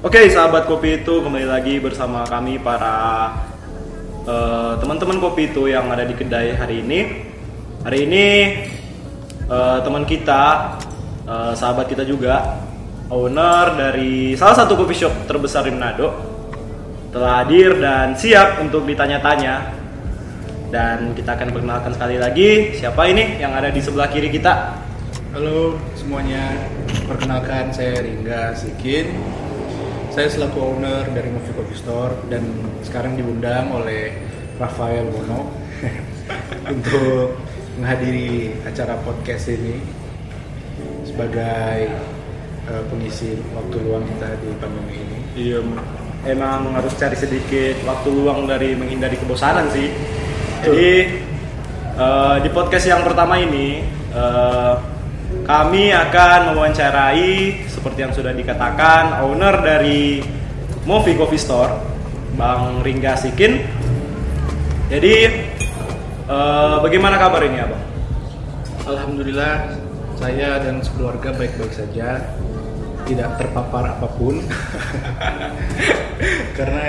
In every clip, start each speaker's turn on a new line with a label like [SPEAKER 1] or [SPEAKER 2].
[SPEAKER 1] Oke, sahabat kopi itu kembali lagi bersama kami para eh, teman-teman kopi itu yang ada di kedai hari ini. Hari ini eh, teman kita, eh, sahabat kita juga, owner dari salah satu coffee shop terbesar di Manado, telah hadir dan siap untuk ditanya-tanya. Dan kita akan perkenalkan sekali lagi siapa ini yang ada di sebelah kiri kita.
[SPEAKER 2] Halo semuanya, perkenalkan saya Ringga Sikin. Saya selaku owner dari Movie Coffee Store dan sekarang diundang oleh Rafael Bono untuk menghadiri acara podcast ini sebagai eh, pengisi waktu luang kita di pandemi ini.
[SPEAKER 1] Iya, emang harus cari sedikit waktu luang dari menghindari kebosanan sih. Jadi eh, di podcast yang pertama ini eh, kami akan mewawancarai seperti yang sudah dikatakan owner dari Movi Coffee Store, Bang Ringga Sikin. Jadi eh, bagaimana kabar ini, Abang?
[SPEAKER 2] Alhamdulillah saya dan sekeluarga baik-baik saja tidak terpapar apapun karena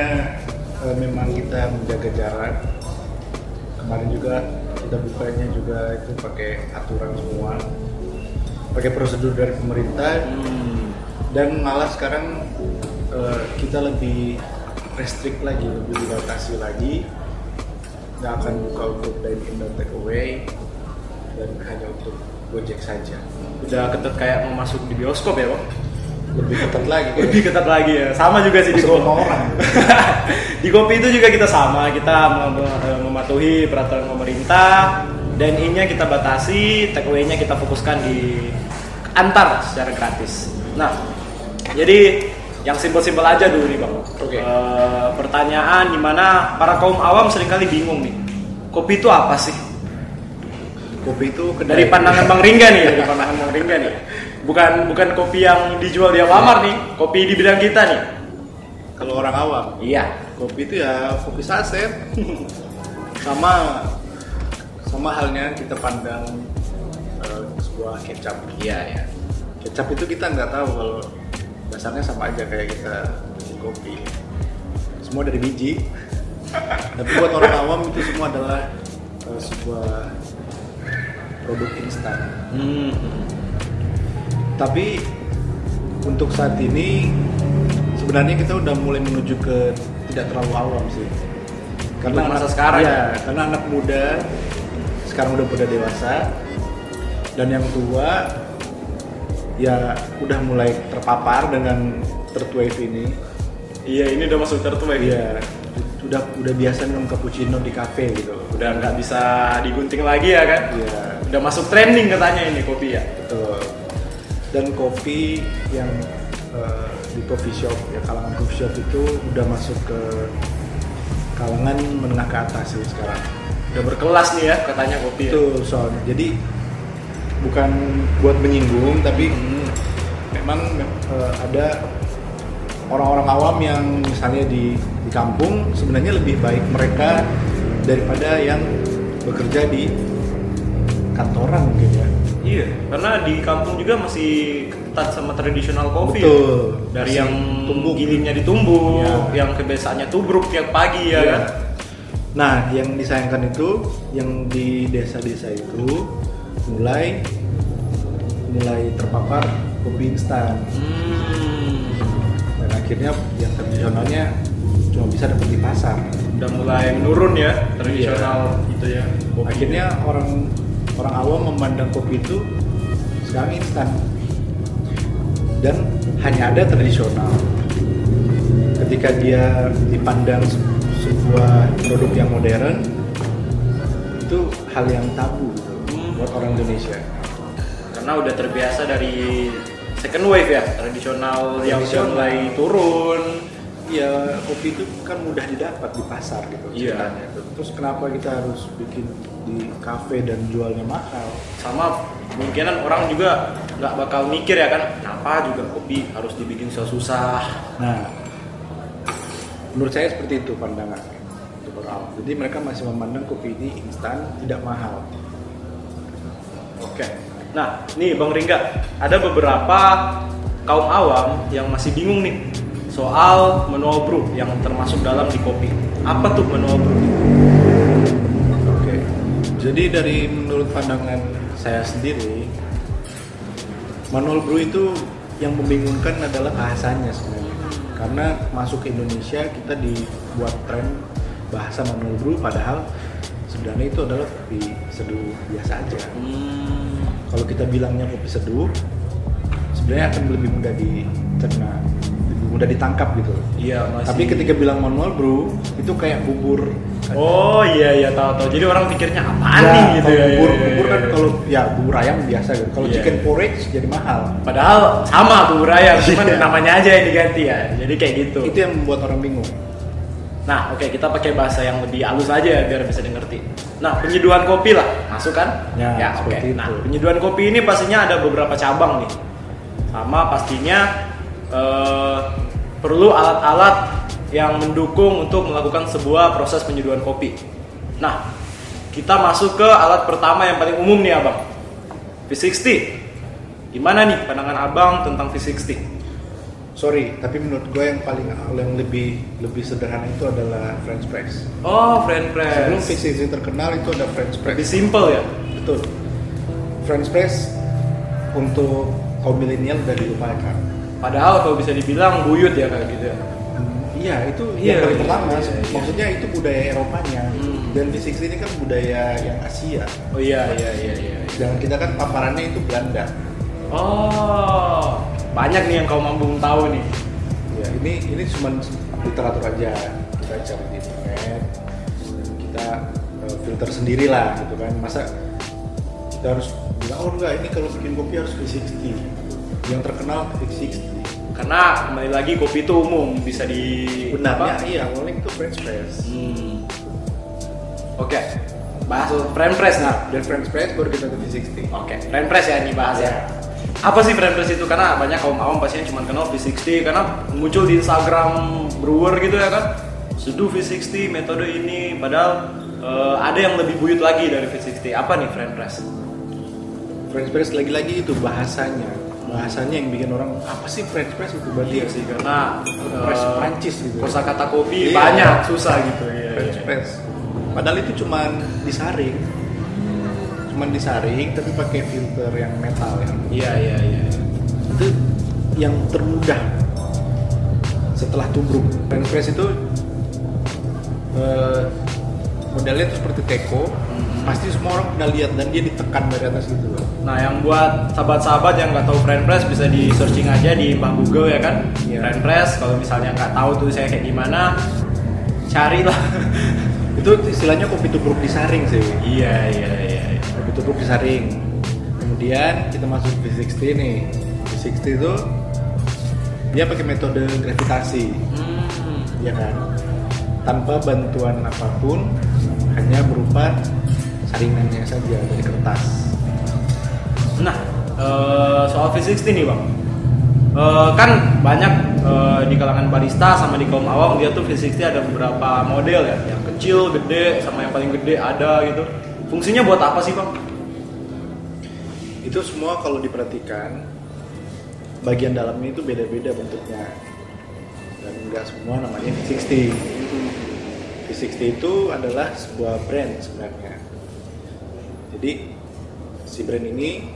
[SPEAKER 2] eh, memang kita menjaga jarak kemarin juga kita bukanya juga itu pakai aturan semua pakai prosedur dari pemerintah dan malah sekarang eh, kita lebih restrict lagi lebih dibatasi lagi nggak akan buka untuk dine in dan take away dan hanya untuk gojek saja
[SPEAKER 1] Udah ketat kayak mau masuk di bioskop ya, Bang?
[SPEAKER 2] lebih ketat lagi
[SPEAKER 1] Lebih ketat lagi ya. Sama juga sih di Go-
[SPEAKER 2] Masuk rumah orang
[SPEAKER 1] di kopi itu juga kita sama kita mem- eh, mematuhi peraturan pemerintah dan innya kita batasi take away-nya kita fokuskan di antar secara gratis nah jadi yang simpel-simpel aja dulu nih bang
[SPEAKER 2] Oke.
[SPEAKER 1] Eh, pertanyaan dimana para kaum awam seringkali bingung nih kopi itu apa sih
[SPEAKER 2] kopi itu kedai
[SPEAKER 1] dari pandangan bang Ringga nih dari pandangan bang Ringga nih bukan bukan kopi yang dijual di Alfamart nih kopi di bidang kita nih
[SPEAKER 2] kalau orang awam
[SPEAKER 1] iya
[SPEAKER 2] kopi itu ya kopi saset sama sama halnya kita pandang eh, sebuah kecap
[SPEAKER 1] iya iya
[SPEAKER 2] kecap itu kita nggak tahu kalau dasarnya sama aja kayak kita bikin kopi semua dari biji tapi buat orang awam itu semua adalah eh, sebuah produk instan
[SPEAKER 1] hmm.
[SPEAKER 2] tapi untuk saat ini sebenarnya kita udah mulai menuju ke tidak terlalu awam sih
[SPEAKER 1] Untuk masa sekarang
[SPEAKER 2] iya,
[SPEAKER 1] ya?
[SPEAKER 2] karena anak muda sekarang udah pada dewasa dan yang tua ya udah mulai terpapar dengan third wave ini
[SPEAKER 1] Iya, ini udah masuk tertua ya.
[SPEAKER 2] ya udah udah biasa minum cappuccino di kafe gitu loh
[SPEAKER 1] Udah nggak bisa digunting lagi ya kan?
[SPEAKER 2] ya
[SPEAKER 1] Udah masuk trending katanya ini kopi ya.
[SPEAKER 2] Betul. Dan kopi yang eh, di coffee shop ya kalangan coffee shop itu udah masuk ke kalangan menengah ke atas sih sekarang.
[SPEAKER 1] Udah berkelas nih ya katanya kopi. Ya.
[SPEAKER 2] Betul soalnya. Jadi bukan buat menyinggung tapi
[SPEAKER 1] Hmm.
[SPEAKER 2] memang eh, ada orang-orang awam yang misalnya di di kampung sebenarnya lebih baik mereka daripada yang bekerja di kantoran mungkin ya.
[SPEAKER 1] Iya, karena di kampung juga masih ketat sama tradisional kopi.
[SPEAKER 2] Betul.
[SPEAKER 1] ya. Dari
[SPEAKER 2] Masih
[SPEAKER 1] yang
[SPEAKER 2] tumbuk.
[SPEAKER 1] gilingnya ditumbuk,
[SPEAKER 2] Iya.
[SPEAKER 1] yang kebiasaannya tubruk tiap pagi ya
[SPEAKER 2] Iya.
[SPEAKER 1] kan?
[SPEAKER 2] Nah, yang disayangkan itu yang di desa-desa itu mulai mulai terpapar kopi instan
[SPEAKER 1] Hmm,
[SPEAKER 2] dan akhirnya yang tradisionalnya cuma bisa dapat di pasar.
[SPEAKER 1] udah mulai menurun ya tradisional
[SPEAKER 2] Iya.
[SPEAKER 1] itu ya. kopi.
[SPEAKER 2] Akhirnya orang orang awam memandang kopi itu sekarang instan dan hanya ada tradisional. Ketika dia dipandang se- sebuah produk yang modern itu hal yang tabu gitu
[SPEAKER 1] Hmm.
[SPEAKER 2] buat orang Indonesia.
[SPEAKER 1] karena udah terbiasa dari second wave ya tradisional yang udah
[SPEAKER 2] Tradisional.
[SPEAKER 1] mulai turun
[SPEAKER 2] Ya kopi itu kan mudah didapat di pasar gitu
[SPEAKER 1] Iya.
[SPEAKER 2] ceritanya. Terus kenapa kita harus bikin di kafe dan jualnya mahal?
[SPEAKER 1] sama kemungkinan orang juga nggak bakal mikir ya kan kenapa juga kopi harus dibikin susah-susah
[SPEAKER 2] Nah, menurut saya seperti itu pandangan untuk orang awam. Jadi mereka masih memandang kopi ini instan, tidak mahal.
[SPEAKER 1] oke nah nih bang Ringga ada beberapa kaum awam yang masih bingung nih soal menu obruk yang termasuk dalam di kopi. Apa tuh menu obruk?
[SPEAKER 2] Oke. Jadi dari menurut pandangan saya sendiri, Manual Brew itu yang membingungkan adalah bahasanya sebenarnya. Karena masuk ke Indonesia kita dibuat tren bahasa Manual Brew padahal sebenarnya itu adalah kopi seduh biasa aja.
[SPEAKER 1] Hmm,
[SPEAKER 2] Kalau kita bilangnya kopi seduh, sebenarnya akan lebih mudah dicerna, lebih mudah ditangkap gitu.
[SPEAKER 1] iya masih.
[SPEAKER 2] Tapi ketika bilang Manual Brew, itu kayak bubur.
[SPEAKER 1] Oh iya iya tahu tahu. Jadi orang pikirnya apaan nih gitu
[SPEAKER 2] kalau
[SPEAKER 1] ya.
[SPEAKER 2] bubur,
[SPEAKER 1] iya, iya,
[SPEAKER 2] bubur kan
[SPEAKER 1] iya.
[SPEAKER 2] kalau ya bubur ayam biasa gitu. Kalau
[SPEAKER 1] Iya.
[SPEAKER 2] chicken porridge jadi mahal.
[SPEAKER 1] padahal sama bubur ayam, cuman
[SPEAKER 2] Iya.
[SPEAKER 1] namanya aja yang diganti ya. Jadi kayak gitu.
[SPEAKER 2] Itu yang membuat orang bingung.
[SPEAKER 1] Nah, oke kita pakai bahasa yang lebih halus aja biar bisa dimengerti. Nah, penyeduhan kopi lah, masuk kan?
[SPEAKER 2] Ya,
[SPEAKER 1] oke.
[SPEAKER 2] seperti itu.
[SPEAKER 1] Nah, penyeduhan kopi ini pastinya ada beberapa cabang nih. Sama pastinya eh, perlu alat-alat yang mendukung untuk melakukan sebuah proses penyeduhan kopi. Nah, kita masuk ke alat pertama yang paling umum nih, Abang. V60. Gimana nih pandangan Abang tentang V60?
[SPEAKER 2] Sorry, tapi menurut gue yang paling yang lebih lebih sederhana itu adalah French press.
[SPEAKER 1] Oh, friend
[SPEAKER 2] Sebelum
[SPEAKER 1] press.
[SPEAKER 2] VCC terkenal itu ada French
[SPEAKER 1] Lebih
[SPEAKER 2] press.
[SPEAKER 1] simple ya?
[SPEAKER 2] Betul. French press untuk kaum milenial udah dilupakan.
[SPEAKER 1] Padahal kalau bisa dibilang buyut ya kayak gitu ya.
[SPEAKER 2] Iya, itu
[SPEAKER 1] Iya,
[SPEAKER 2] yang paling
[SPEAKER 1] iya,
[SPEAKER 2] pertama.
[SPEAKER 1] iya, iya.
[SPEAKER 2] Maksudnya itu budaya Eropanya.
[SPEAKER 1] Hmm.
[SPEAKER 2] Dan V60 ini kan budaya yang Asia.
[SPEAKER 1] Oh iya iya iya iya.
[SPEAKER 2] Sedangkan kita kan paparannya itu Belanda.
[SPEAKER 1] Oh, banyak nih yang kau mampu tahu nih.
[SPEAKER 2] ya ini ini cuma literatur aja kita cari di internet dan kita eh, filter sendiri lah gitu kan masa kita harus bilang oh enggak ini kalau bikin kopi harus V60 yang terkenal V60
[SPEAKER 1] Karena kembali lagi kopi itu umum bisa di
[SPEAKER 2] benarnya
[SPEAKER 1] apa?
[SPEAKER 2] iya awalnya itu French press
[SPEAKER 1] Hmm. Oke, bahas frame press nah.
[SPEAKER 2] dan French press baru kita ke V60
[SPEAKER 1] Oke, frame press ya ini bahas ya. Apa sih frame press itu? Karena banyak kaum awam pastinya cuma kenal V60 karena muncul di Instagram brewer gitu ya kan. Seduh V60 metode ini padahal eh, ada yang lebih buyut lagi dari V60. Apa nih frame press?
[SPEAKER 2] French press lagi-lagi itu bahasanya bahasanya yang bikin orang apa sih French press itu berarti ya
[SPEAKER 1] Iya sih karena
[SPEAKER 2] Press
[SPEAKER 1] eh,
[SPEAKER 2] Prancis gitu.
[SPEAKER 1] Kosakata kopi
[SPEAKER 2] Iya.
[SPEAKER 1] banyak susah gitu. Iya,
[SPEAKER 2] French
[SPEAKER 1] iya.
[SPEAKER 2] press. Padahal itu cuman disaring. Cuman disaring tapi pakai filter yang metal ya.
[SPEAKER 1] Iya iya iya.
[SPEAKER 2] Itu yang termudah setelah tubruk. French press itu eh, modelnya itu seperti teko. Pasti semua orang udah lihat dan dia ditekan dari atas gitu loh.
[SPEAKER 1] Nah yang buat sahabat-sahabat yang nggak tahu French press bisa di searching aja di mbah Google ya kan.
[SPEAKER 2] Iya.
[SPEAKER 1] French press kalau misalnya nggak tahu tuh saya kayak gimana carilah.
[SPEAKER 2] Itu istilahnya kopi tubruk disaring sih.
[SPEAKER 1] iya iya iya. iya.
[SPEAKER 2] Kopi tubruk disaring. Kemudian kita masuk V60 nih. V60 itu dia pakai metode gravitasi.
[SPEAKER 1] Hmm.
[SPEAKER 2] ya kan tanpa bantuan apapun hanya berupa saringannya saja dari kertas
[SPEAKER 1] Nah, eh, soal V60 nih bang, Eh, kan banyak eh, di kalangan barista sama di kaum awam dia tuh V60 ada beberapa model ya, yang kecil, gede, sama yang paling gede ada gitu. Fungsinya buat apa sih bang?
[SPEAKER 2] itu semua kalau diperhatikan bagian dalamnya itu beda-beda bentuknya dan nggak semua namanya V60 V60 itu adalah sebuah brand sebenarnya jadi si brand ini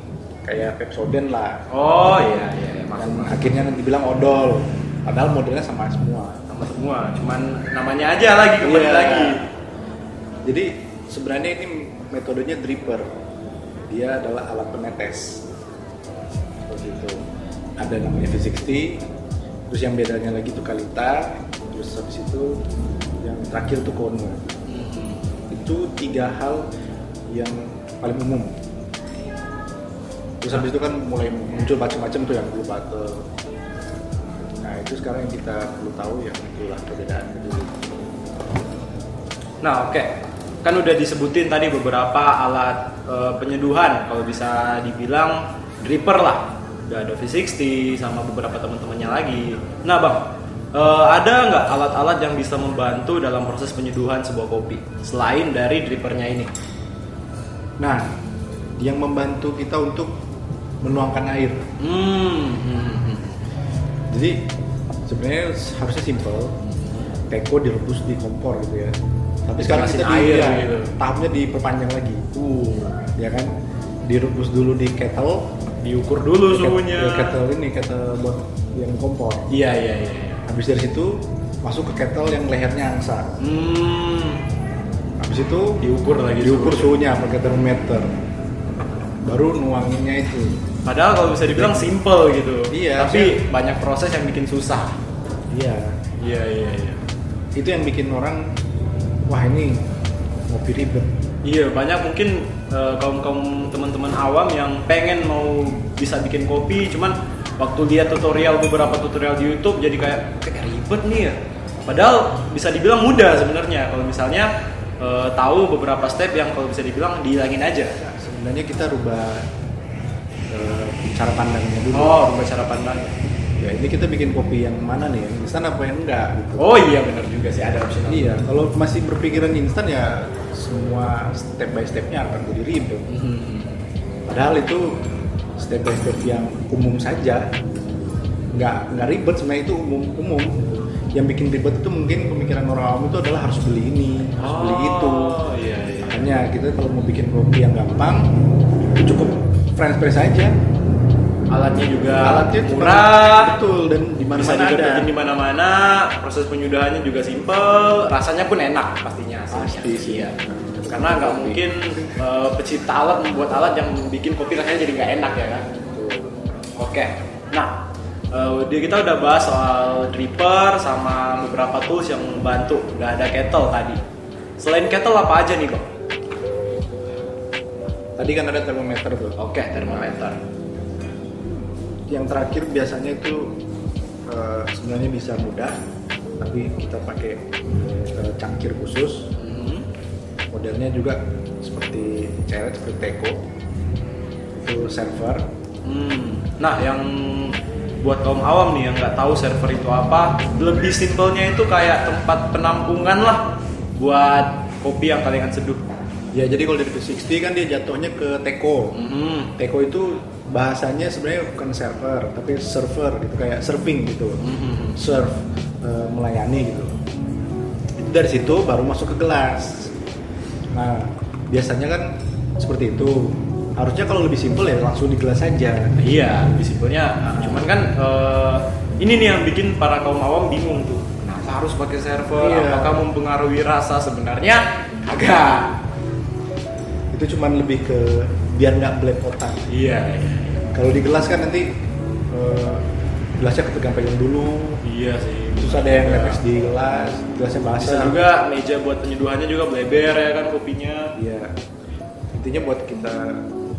[SPEAKER 2] kayak Pepsodent lah
[SPEAKER 1] Oh iya iya, iya,
[SPEAKER 2] dan
[SPEAKER 1] maksud-
[SPEAKER 2] akhirnya nanti bilang odol padahal modelnya sama semua
[SPEAKER 1] sama semua, cuman namanya aja lagi kembali
[SPEAKER 2] Iya.
[SPEAKER 1] lagi.
[SPEAKER 2] Jadi sebenarnya ini metodenya dripper. Dia adalah alat penetes. Seperti itu. Ada namanya V60. Terus yang bedanya lagi itu Kalita. Terus habis itu yang terakhir itu Kono. Itu tiga hal yang paling umum. Terus habis itu kan mulai muncul macam-macam tuh yang blue bottle. Nah itu sekarang yang kita perlu tahu yang itulah perbedaan itu.
[SPEAKER 1] Nah oke, kan udah disebutin tadi beberapa alat eh, penyeduhan kalau bisa dibilang dripper lah. Udah ada V60 sama beberapa teman-temannya lagi. Nah bang, eh, ada nggak alat-alat yang bisa membantu dalam proses penyeduhan sebuah kopi selain dari drippernya ini?
[SPEAKER 2] Nah, yang membantu kita untuk menuangkan air.
[SPEAKER 1] Hmm, hmm, hmm.
[SPEAKER 2] Jadi sebenarnya harusnya simpel teko direbus di kompor gitu ya tapi sekarang
[SPEAKER 1] Dikasih
[SPEAKER 2] kita di,
[SPEAKER 1] air
[SPEAKER 2] ya,
[SPEAKER 1] gitu.
[SPEAKER 2] tahapnya diperpanjang lagi
[SPEAKER 1] Uh,
[SPEAKER 2] ya kan direbus dulu di kettle
[SPEAKER 1] diukur dulu
[SPEAKER 2] di ket-
[SPEAKER 1] suhunya.
[SPEAKER 2] di kettle ini kettle buat yang kompor
[SPEAKER 1] Iya iya iya. iya.
[SPEAKER 2] habis dari situ masuk ke kettle yang lehernya angsa
[SPEAKER 1] Hmm,
[SPEAKER 2] habis itu
[SPEAKER 1] diukur lagi.
[SPEAKER 2] diukur
[SPEAKER 1] suhunya.
[SPEAKER 2] suhunya pakai termometer baru nuanginnya itu
[SPEAKER 1] Padahal kalau bisa dibilang simple gitu.
[SPEAKER 2] Iya,
[SPEAKER 1] Tapi banyak proses yang bikin susah.
[SPEAKER 2] iya
[SPEAKER 1] Iya iya iya.
[SPEAKER 2] itu yang bikin orang wah ini ngopi ribet
[SPEAKER 1] Iya banyak mungkin kaum kaum teman-teman awam yang pengen mau bisa bikin kopi, cuman waktu lihat tutorial beberapa tutorial di YouTube jadi kayak kayak ribet nih ya. Padahal bisa dibilang mudah sebenarnya kalau misalnya eh, tahu beberapa step yang kalau bisa dibilang dihilangin aja.
[SPEAKER 2] Nah, sebenarnya kita rubah eh, cara pandangnya dulu
[SPEAKER 1] Oh, rubah cara pandang.
[SPEAKER 2] ya ini kita bikin kopi yang mana nih yang instan apa yang enggak gitu
[SPEAKER 1] Oh iya benar juga sih ada opsional.
[SPEAKER 2] iya kalau masih berpikiran instan ya semua step by stepnya akan jadi ribet
[SPEAKER 1] Mhm.
[SPEAKER 2] padahal itu step by step yang umum saja nggak nggak ribet sebenarnya itu umum umum yang bikin ribet itu mungkin pemikiran orang awam itu adalah harus beli ini harus beli itu
[SPEAKER 1] Oh, Iya iya.
[SPEAKER 2] makanya kita kalau mau bikin kopi yang gampang cukup French press aja
[SPEAKER 1] Alatnya juga
[SPEAKER 2] alatnya cuma-
[SPEAKER 1] murah.
[SPEAKER 2] betul dan di mana
[SPEAKER 1] bisa
[SPEAKER 2] mana
[SPEAKER 1] juga
[SPEAKER 2] ada
[SPEAKER 1] bikin di mana-mana proses penyudahannya juga simpel rasanya pun enak pastinya hasilnya.
[SPEAKER 2] Pasti sih.
[SPEAKER 1] Iya. karena nggak mungkin eh, pecinta alat membuat alat yang bikin kopi rasanya jadi nggak enak ya kan oke nah eh, dia kita udah bahas soal dripper sama beberapa tools yang membantu nggak ada kettle tadi selain kettle apa aja nih bang
[SPEAKER 2] tadi kan ada termometer tuh
[SPEAKER 1] oke termometer
[SPEAKER 2] yang terakhir biasanya itu eh, sebenarnya bisa mudah tapi kita pakai eh, cangkir khusus
[SPEAKER 1] Mhm.
[SPEAKER 2] modelnya juga seperti ceret seperti teko itu server
[SPEAKER 1] Hmm. Nah, yang buat kaum awam nih yang nggak tahu server itu apa, lebih simpelnya itu kayak tempat penampungan lah buat kopi yang kalian seduh.
[SPEAKER 2] ya jadi kalau dari 360 kan dia jatuhnya ke teko
[SPEAKER 1] Mhm.
[SPEAKER 2] teko itu bahasanya sebenarnya bukan server tapi server gitu kayak surfing gitu
[SPEAKER 1] Mhm.
[SPEAKER 2] serve eh, melayani gitu Itu dari situ baru masuk ke gelas nah biasanya kan seperti itu harusnya kalau lebih simpel ya langsung di gelas saja
[SPEAKER 1] Iya, lebih simpelnya. Nah, Cuman kan eh, ini nih yang bikin para kaum awam bingung tuh. Kenapa harus pakai server?
[SPEAKER 2] Iya.
[SPEAKER 1] Apakah mempengaruhi rasa sebenarnya? Agak.
[SPEAKER 2] itu cuman lebih ke biar nggak belepotan
[SPEAKER 1] Iya.
[SPEAKER 2] kalau di gelas kan nanti eh, gelasnya kepegang-pegang dulu
[SPEAKER 1] Iya sih.
[SPEAKER 2] terus ada yang
[SPEAKER 1] Iya.
[SPEAKER 2] netes di gelas gelasnya basah
[SPEAKER 1] Bisa juga meja buat penyeduhannya juga bleber ya kan kopinya.
[SPEAKER 2] Iya. Intinya buat kita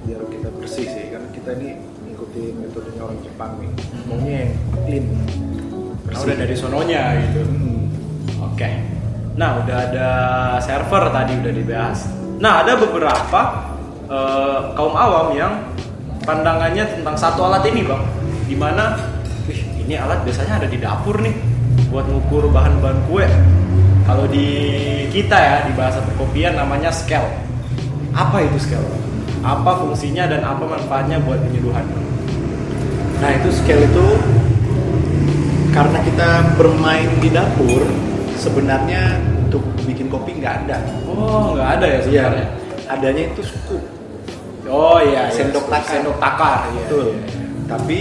[SPEAKER 2] biar kita bersih sih karena kita ini ngikutin metodenya orang Jepang nih. Maunya yang clean.
[SPEAKER 1] Nah, udah dari sononya gitu.
[SPEAKER 2] Hmm.
[SPEAKER 1] Oke. Nah, udah ada server tadi udah dibahas. Nah, ada beberapa eh, kaum awam yang pandangannya tentang satu alat ini, Bang. Dimana, wih, ini alat biasanya ada di dapur nih buat ngukur bahan-bahan kue. Kalau di kita ya, di bahasa perkopian namanya scale. Apa itu scale? Bang? Apa fungsinya dan apa manfaatnya buat penyeduhan?
[SPEAKER 2] Nah, itu scale itu karena kita bermain di dapur sebenarnya untuk bikin kopi nggak ada.
[SPEAKER 1] Oh, nggak ada
[SPEAKER 2] Iya.
[SPEAKER 1] ya sebenarnya.
[SPEAKER 2] Adanya itu scoop.
[SPEAKER 1] Oh iya, iya.
[SPEAKER 2] Sendok takar.
[SPEAKER 1] Sendok takar, iya,
[SPEAKER 2] Betul.
[SPEAKER 1] iya, iya.
[SPEAKER 2] Tapi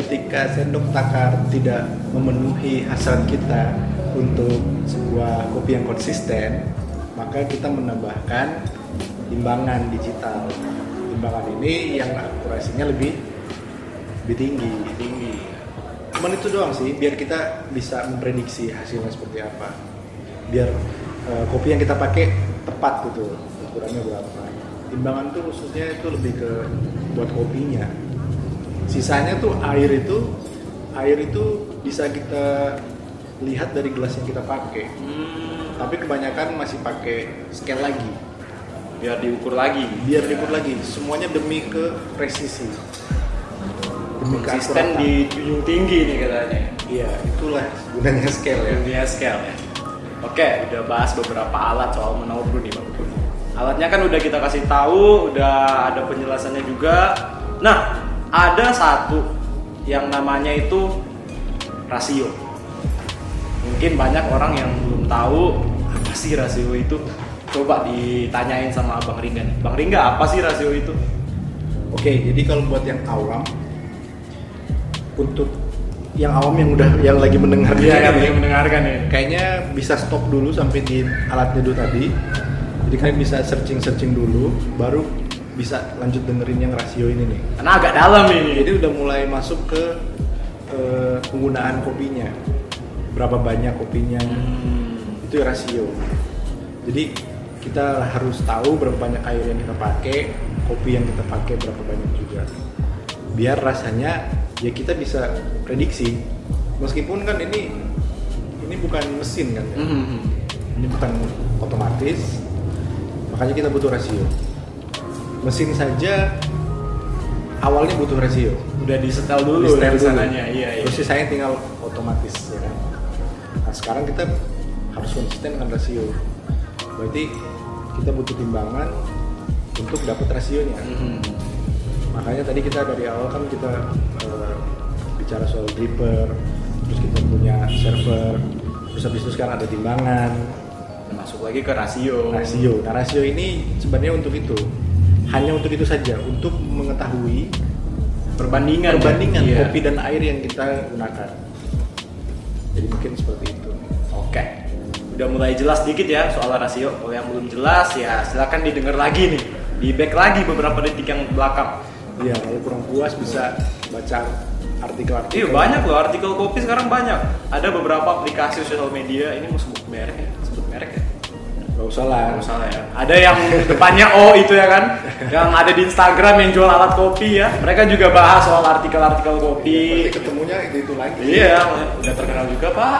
[SPEAKER 2] ketika sendok takar tidak memenuhi hasrat kita untuk sebuah kopi yang konsisten, maka kita menambahkan timbangan digital. Timbangan ini yang akurasinya lebih lebih tinggi.
[SPEAKER 1] tinggi.
[SPEAKER 2] Cuman itu doang sih, biar kita bisa memprediksi hasilnya seperti apa. Biar eh, kopi yang kita pakai tepat gitu, ukurannya berapa. Timbangan tuh khususnya itu lebih ke buat kopinya. Sisanya tuh air itu, air itu bisa kita lihat dari gelas yang kita pakai.
[SPEAKER 1] Hmm,
[SPEAKER 2] Tapi kebanyakan masih pakai scale lagi,
[SPEAKER 1] biar diukur lagi.
[SPEAKER 2] biar diukur lagi. Semuanya demi ke presisi, demi
[SPEAKER 1] Konsisten
[SPEAKER 2] keakuratan.
[SPEAKER 1] di junjung tinggi nih katanya.
[SPEAKER 2] Iya, itulah gunanya scale ya.
[SPEAKER 1] Dunia scale ya. Oke, udah bahas beberapa alat soal menabur nih Bang. Alatnya kan udah kita kasih tahu, udah ada penjelasannya juga. Nah, ada satu yang namanya itu rasio. Mungkin banyak orang yang belum tahu apa sih rasio itu. Coba ditanyain sama Bang Ringga nih. Bang Ringga apa sih rasio itu?
[SPEAKER 2] Oke, jadi kalau buat yang awam untuk yang awam yang udah yang lagi mendengarkan
[SPEAKER 1] Iya,
[SPEAKER 2] ini,
[SPEAKER 1] yang mendengarkan ya.
[SPEAKER 2] kayaknya bisa stop dulu sampai di alat nyeduh tadi. Jadi kalian bisa searching-searching dulu baru bisa lanjut dengerin yang rasio ini nih.
[SPEAKER 1] Karena agak dalam
[SPEAKER 2] Jadi
[SPEAKER 1] ini.
[SPEAKER 2] udah mulai masuk ke eh, penggunaan kopinya. Berapa banyak kopinya?
[SPEAKER 1] Hmm.
[SPEAKER 2] Itu rasio. Jadi kita harus tahu berapa banyak air yang kita pakai, kopi yang kita pakai berapa banyak juga. Biar rasanya ya kita bisa prediksi. Meskipun kan ini ini bukan mesin kan. ya.
[SPEAKER 1] Hmm.
[SPEAKER 2] Ini bukan otomatis. Makanya kita butuh rasio. Mesin saja awalnya butuh rasio
[SPEAKER 1] Udah disetel dulu
[SPEAKER 2] dulu
[SPEAKER 1] ya
[SPEAKER 2] dari
[SPEAKER 1] pesanannya. Iya, iya.
[SPEAKER 2] Terus sisanya tinggal otomatis ya kan. Nah, sekarang kita harus konsisten dengan rasio. Berarti kita butuh timbangan untuk dapat rasionya.
[SPEAKER 1] Hmm.
[SPEAKER 2] Makanya tadi kita dari awal kan kita eh, bicara soal dripper, terus kita punya server, terus habis itu sekarang ada timbangan,
[SPEAKER 1] Masuk lagi ke rasio.
[SPEAKER 2] rasio. Nah, rasio ini sebenarnya untuk itu. Hanya untuk itu saja, untuk mengetahui
[SPEAKER 1] Perbandingan. ya?
[SPEAKER 2] perbandingan
[SPEAKER 1] Iya.
[SPEAKER 2] kopi dan air yang kita gunakan. Jadi mungkin seperti itu.
[SPEAKER 1] Oke. Udah mulai jelas dikit ya soal rasio. Kalau yang belum jelas ya silakan didengar lagi nih. Di back lagi beberapa detik yang belakang.
[SPEAKER 2] Iya, kalau kurang puas bisa baca artikel-artikel.
[SPEAKER 1] Iya banyak loh artikel kopi sekarang banyak. Ada beberapa aplikasi sosial media ini mau sebut merek ya, sebut merek ya.
[SPEAKER 2] Gak usah lah.
[SPEAKER 1] Kalau salah ya. Ada yang depannya O itu ya kan, yang ada di Instagram yang jual alat kopi ya. Mereka juga bahas soal artikel-artikel kopi.
[SPEAKER 2] Pasti ketemunya di itu lagi.
[SPEAKER 1] Iya, udah terkenal juga pak,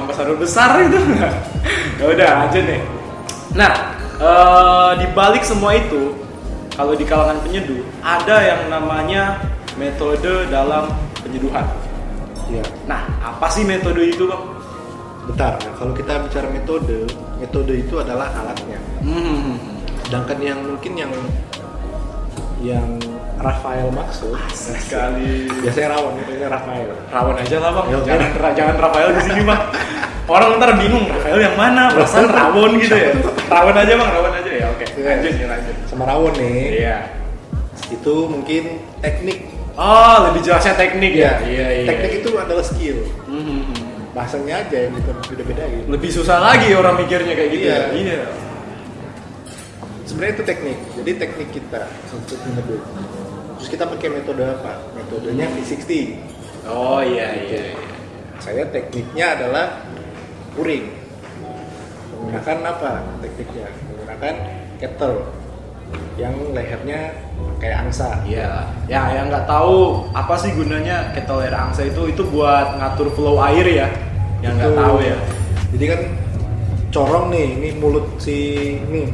[SPEAKER 1] ambasador besar itu. ya udah aja nih. Nah, eh, di balik semua itu, kalau di kalangan penyeduh ada yang namanya metode dalam penyeduhan.
[SPEAKER 2] Iya.
[SPEAKER 1] Nah, apa sih metode itu bang?
[SPEAKER 2] Bentar. Nah, kalau kita bicara metode, metode itu adalah alatnya.
[SPEAKER 1] Hmm,
[SPEAKER 2] Sedangkan yang mungkin yang yang Rafael maksud
[SPEAKER 1] sekali.
[SPEAKER 2] biasanya rawan namanya Rafael.
[SPEAKER 1] Rawan aja lah bang,
[SPEAKER 2] Ya, oke.
[SPEAKER 1] jangan ra- jangan Rafael di sini bang. Orang ntar bingung Rafael yang mana, perasaan Rawon gitu ya. Rawon aja bang, Rawon aja ya. Oke,
[SPEAKER 2] Iya.
[SPEAKER 1] lanjut ya lanjut.
[SPEAKER 2] Sama rawon nih.
[SPEAKER 1] Iya.
[SPEAKER 2] Itu mungkin teknik.
[SPEAKER 1] Oh, lebih jelasnya teknik ya.
[SPEAKER 2] Iya, Teknik itu adalah skill.
[SPEAKER 1] Mhm.
[SPEAKER 2] bahasanya aja yang kita beda-bedain.
[SPEAKER 1] lebih susah lagi orang mikirnya kayak gitu.
[SPEAKER 2] Iya.
[SPEAKER 1] ya. Iya.
[SPEAKER 2] Sebenarnya itu teknik. Jadi teknik kita untuk menyebut. Terus kita pakai metode apa? Metodenya V60.
[SPEAKER 1] Oh iya iya.
[SPEAKER 2] Saya tekniknya adalah puring. Menggunakan apa tekniknya? Menggunakan kettle yang lehernya kayak angsa.
[SPEAKER 1] Iya. Ya, yang nggak tahu apa sih gunanya kettle air angsa itu itu buat ngatur flow air ya. Yang nggak
[SPEAKER 2] Gitu.
[SPEAKER 1] tahu ya.
[SPEAKER 2] Jadi kan corong nih, ini mulut si ini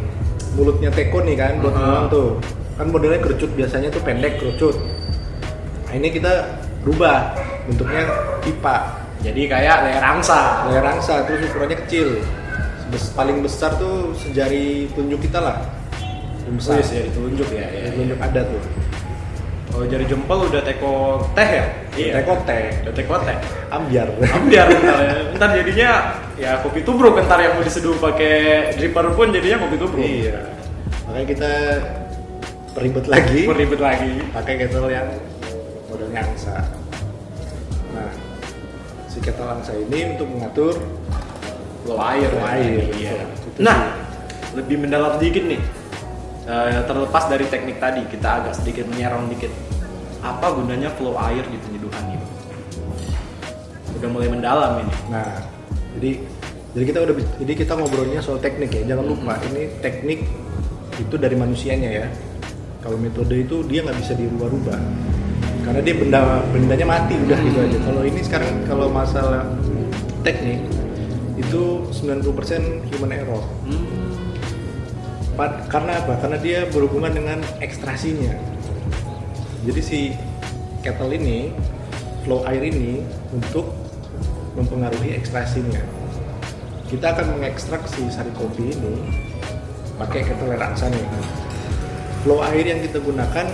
[SPEAKER 2] mulutnya teko nih kan buat
[SPEAKER 1] Mhm.
[SPEAKER 2] ngomong tuh. Kan modelnya kerucut biasanya tuh pendek kerucut. Nah, ini kita rubah bentuknya pipa,
[SPEAKER 1] Jadi kayak leher angsa.
[SPEAKER 2] layar angsa terus ukurannya kecil. Bes- paling besar tuh sejari tunjuk kita lah. Yang
[SPEAKER 1] Oh,
[SPEAKER 2] besar.
[SPEAKER 1] iya, ya, ditunjuk ya. ya,
[SPEAKER 2] Yang
[SPEAKER 1] ya.
[SPEAKER 2] tunjuk ada tuh.
[SPEAKER 1] Oh, jari jempol udah teko teh ya?
[SPEAKER 2] Teko teh,
[SPEAKER 1] Udah teko teh.
[SPEAKER 2] ambiar.
[SPEAKER 1] Ambiar ntar ya. Ntar jadinya ya kopi tubruk ntar yang mau diseduh pakai dripper pun jadinya kopi tubruk.
[SPEAKER 2] iya. Makanya kita peribet lagi.
[SPEAKER 1] Beribet lagi.
[SPEAKER 2] pakai kettle yang modelnya angsa. Nah, si kettle angsa ini untuk mengatur
[SPEAKER 1] Flow air.
[SPEAKER 2] Flow air,
[SPEAKER 1] Iya.
[SPEAKER 2] betul. Itu
[SPEAKER 1] Nah, lebih mendalam sedikit nih. Eh, terlepas dari teknik tadi, kita agak sedikit menyerong dikit. Apa gunanya flow air di penyeduhan ini? Udah mulai mendalam ini.
[SPEAKER 2] nah, jadi jadi kita udah jadi kita ngobrolnya soal teknik ya. Jangan lupa ini teknik itu dari manusianya ya. Kalau metode itu dia nggak bisa dirubah-rubah karena dia benda bendanya mati udah gitu aja. Kalau ini sekarang kalau masalah teknik itu 90% human error.
[SPEAKER 1] Hmm.
[SPEAKER 2] Pa- karena apa? Karena dia berhubungan dengan ekstrasinya. Jadi si kettle ini, flow air ini untuk mempengaruhi ekstrasinya. Kita akan mengekstrak si sari kopi ini pakai kettle air angsa nih. Flow air yang kita gunakan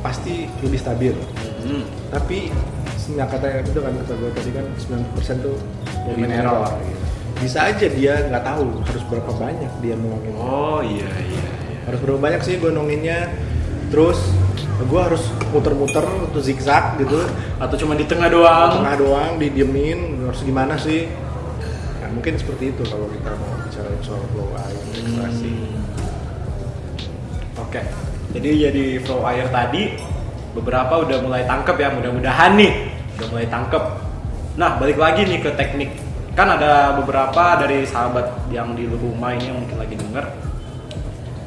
[SPEAKER 2] pasti lebih stabil,
[SPEAKER 1] Hmm.
[SPEAKER 2] tapi nah kata itu kan kata gue tadi kan 90% tuh
[SPEAKER 1] Human error.
[SPEAKER 2] gitu. bisa aja dia nggak tahu harus berapa banyak dia menguangin
[SPEAKER 1] Oh iya iya. iya.
[SPEAKER 2] harus berapa banyak sih gondonginnya terus gue harus muter-muter atau zigzag gitu
[SPEAKER 1] Atau cuma di tengah doang?
[SPEAKER 2] tengah doang didiemin harus gimana sih Nah, mungkin seperti itu kalau kita mau bicara soal flow air ekstraksi
[SPEAKER 1] Hmm. Oke. Jadi jadi flow air tadi beberapa udah mulai tangkep ya mudah-mudahan nih udah mulai tangkep. Nah balik lagi nih ke teknik kan ada beberapa dari sahabat yang di rumah ini yang mungkin lagi denger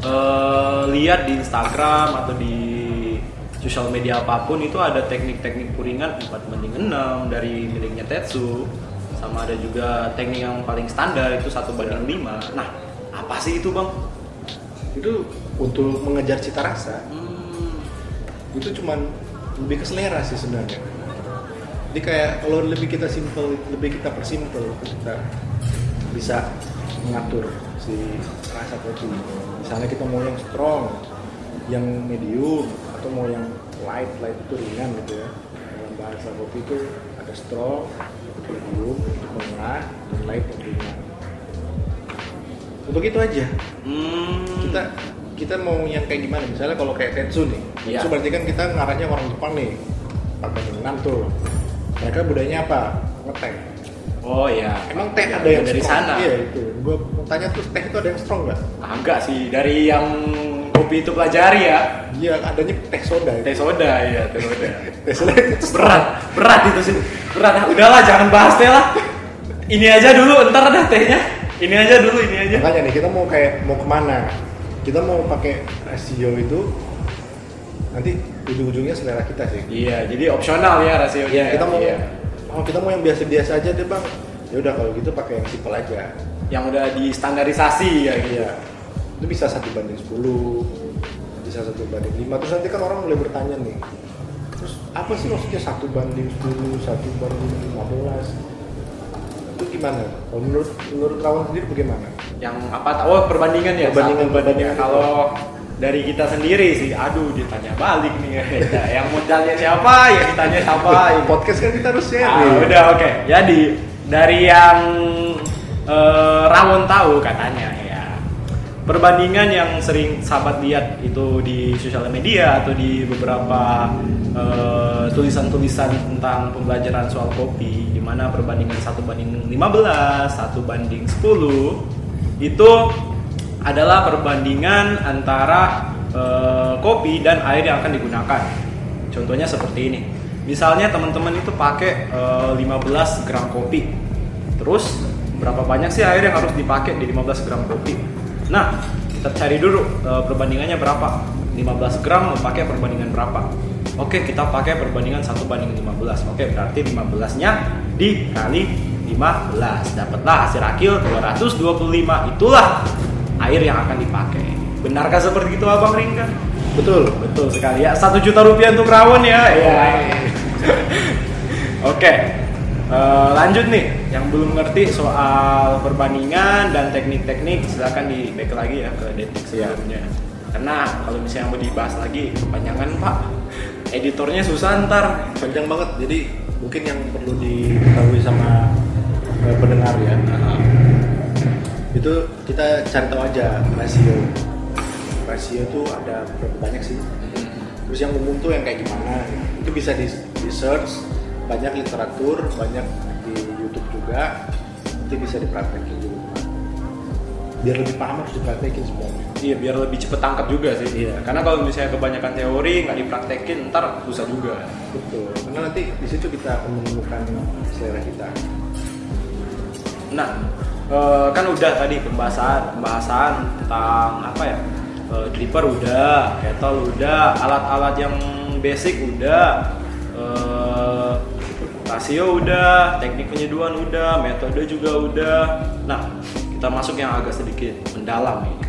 [SPEAKER 1] eh, lihat di Instagram atau di sosial media apapun itu ada teknik-teknik puringan 4 banding 6 dari miliknya Tetsu sama ada juga teknik yang paling standar itu satu
[SPEAKER 2] Iya.
[SPEAKER 1] banding 5 nah apa sih itu bang?
[SPEAKER 2] itu untuk mengejar cita rasa
[SPEAKER 1] Hmm,
[SPEAKER 2] itu cuman lebih ke selera sih sebenarnya jadi kayak kalau lebih kita simple lebih kita persimpel kita bisa mengatur si rasa kopi misalnya kita mau yang strong yang medium atau mau yang light light itu ringan gitu ya dalam bahasa kopi itu ada strong medium menengah dan light yang ringan begitu aja
[SPEAKER 1] Hmm.
[SPEAKER 2] kita kita mau yang kayak gimana misalnya kalau kayak Tetsu nih
[SPEAKER 1] Iya.
[SPEAKER 2] Tetsu berarti kan kita ngarahnya orang Jepang nih pakai enam tuh mereka budayanya apa ngeteh
[SPEAKER 1] Oh iya.
[SPEAKER 2] emang teh
[SPEAKER 1] Ya,
[SPEAKER 2] ada yang
[SPEAKER 1] dari
[SPEAKER 2] strong?
[SPEAKER 1] sana.
[SPEAKER 2] iya itu gua mau tanya tuh teh itu ada yang strong nggak
[SPEAKER 1] Agak Nah, sih dari yang kopi itu pelajari ya.
[SPEAKER 2] iya adanya teh soda itu.
[SPEAKER 1] Teh soda ya, teh soda.
[SPEAKER 2] teh soda itu
[SPEAKER 1] berat, berat itu sih. Berat. Ah, Udahlah jangan bahas teh lah. Ini aja dulu, ntar dah tehnya. Ini aja dulu, ini aja.
[SPEAKER 2] makanya nih kita mau kayak mau kemana kita mau pakai rasio itu nanti ujung-ujungnya selera kita sih
[SPEAKER 1] Iya, jadi opsional ya rasionya.
[SPEAKER 2] Iya, kita mau
[SPEAKER 1] Iya.
[SPEAKER 2] oh kita mau yang biasa-biasa aja deh bang ya udah kalau gitu pakai yang simple aja
[SPEAKER 1] yang udah distandarisasi ya gitu.
[SPEAKER 2] Iya. Itu bisa satu banding 10, bisa satu banding 5. Terus nanti kan orang mulai bertanya nih. Terus apa sih maksudnya satu banding 10, satu banding 15? Itu gimana? Kalau menurut menurut Rawan sendiri bagaimana?
[SPEAKER 1] yang apa ta- oh perbandingan ya
[SPEAKER 2] Perbandingan,
[SPEAKER 1] Satu banding-
[SPEAKER 2] perbandingan.
[SPEAKER 1] kalau dari kita sendiri sih aduh ditanya balik nih ya yang modalnya siapa yang ditanya siapa gitu.
[SPEAKER 2] Wah,
[SPEAKER 1] yang
[SPEAKER 2] podcast kan kita harus share
[SPEAKER 1] Ah,
[SPEAKER 2] nih.
[SPEAKER 1] udah oke. Jadi dari yang eh, Rawon tahu katanya ya perbandingan yang sering sahabat lihat itu di sosial media atau di beberapa eh, tulisan-tulisan tentang pembelajaran soal kopi di mana perbandingan satu banding 15, satu banding 10 itu adalah perbandingan antara eh, kopi dan air yang akan digunakan. Contohnya seperti ini. Misalnya teman-teman itu pakai eh, 15 gram kopi. Terus berapa banyak sih air yang harus dipakai di 15 gram kopi? Nah, kita cari dulu eh, perbandingannya berapa. 15 gram memakai perbandingan berapa? Oke, kita pakai perbandingan 1 banding 15. Oke, berarti 15-nya dikali 15. Dapatlah hasil akil 225. Itulah air yang akan dipakai. Benarkah seperti itu Abang Ringka?
[SPEAKER 2] Betul.
[SPEAKER 1] Betul sekali ya, satu juta rupiah untuk rawon ya. Iya. Oke, Eh, lanjut nih. Yang belum ngerti soal perbandingan dan teknik-teknik, silakan di back lagi ya ke detik
[SPEAKER 2] Iya.
[SPEAKER 1] sebelumnya. Karena kalau misalnya mau dibahas lagi kepanjangan pak, editornya susah ntar.
[SPEAKER 2] Panjang banget. Jadi mungkin yang perlu diketahui sama eh, pendengar ya. Itu kita cari tahu aja rasio. Rasio tuh ada berapa banyak sih? terus yang umum tuh yang kayak gimana itu bisa di, di search banyak literatur banyak di YouTube juga itu bisa dipraktekin di rumah biar lebih paham harus dipraktekin semuanya
[SPEAKER 1] Iya, biar lebih cepet tangkap juga sih. Iya. Karena kalau misalnya kebanyakan teori nggak dipraktekin, ntar susah juga.
[SPEAKER 2] betul karena nanti di situ kita akan menemukan selera kita
[SPEAKER 1] Nah, eh, kan udah tadi pembahasan pembahasan tentang apa ya? Eh, dripper udah, kettle udah, alat-alat yang basic udah, eh, rasio udah, teknik penyeduhan udah, metode juga udah. Nah, kita masuk yang agak sedikit mendalam ini.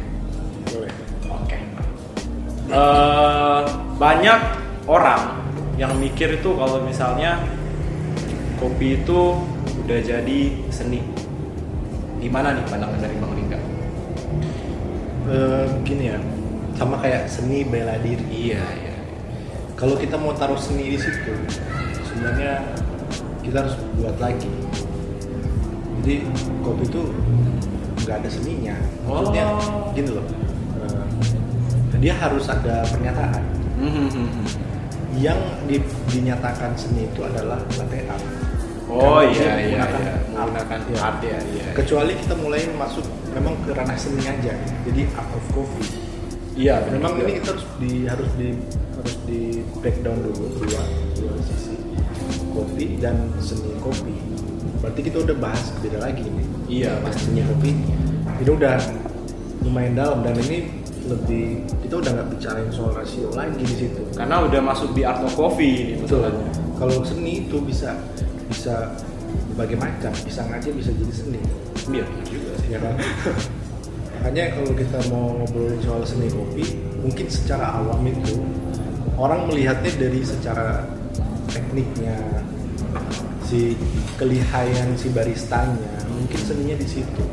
[SPEAKER 2] boleh
[SPEAKER 1] Oke. Eh, banyak orang yang mikir itu kalau misalnya kopi itu udah jadi seni. Gimana nih pandangan dari Bang Ringga?
[SPEAKER 2] Eh, gini ya sama kayak seni bela diri
[SPEAKER 1] Iya, iya.
[SPEAKER 2] kalau kita mau taruh seni di situ sebenarnya kita harus buat lagi jadi kopi itu nggak ada seninya maksudnya
[SPEAKER 1] Oh.
[SPEAKER 2] gini loh eh, dia harus ada pernyataan
[SPEAKER 1] Hmm.
[SPEAKER 2] yang di- dinyatakan seni itu adalah latte art
[SPEAKER 1] Oh iya
[SPEAKER 2] Karena dia
[SPEAKER 1] iya
[SPEAKER 2] menggunakan
[SPEAKER 1] iya.
[SPEAKER 2] art.
[SPEAKER 1] Menggunakan
[SPEAKER 2] Iya.
[SPEAKER 1] art ya iya.
[SPEAKER 2] kecuali kita mulai masuk memang ke ranah seni aja jadi art of coffee
[SPEAKER 1] Iya
[SPEAKER 2] memang ini kita harus di harus di harus di breakdown dulu dua dua sisi kopi dan seni kopi berarti kita udah bahas beda lagi nih
[SPEAKER 1] Iya,
[SPEAKER 2] bahas seni kopi ini udah lumayan dalam dan ini lebih kita udah nggak bicarain soal rasio lagi di situ
[SPEAKER 1] karena udah masuk di art of coffee ini
[SPEAKER 2] Betul.
[SPEAKER 1] masalahnya.
[SPEAKER 2] Kalau seni itu bisa bisa berbagai macam. Pisang aja bisa jadi seni.
[SPEAKER 1] Iya bener juga sih.
[SPEAKER 2] Ya kan? Hanya kalau kita mau ngobrolin soal seni kopi, mungkin secara awam itu orang melihatnya dari secara tekniknya, si kelihayan si baristanya, mungkin seninya di situ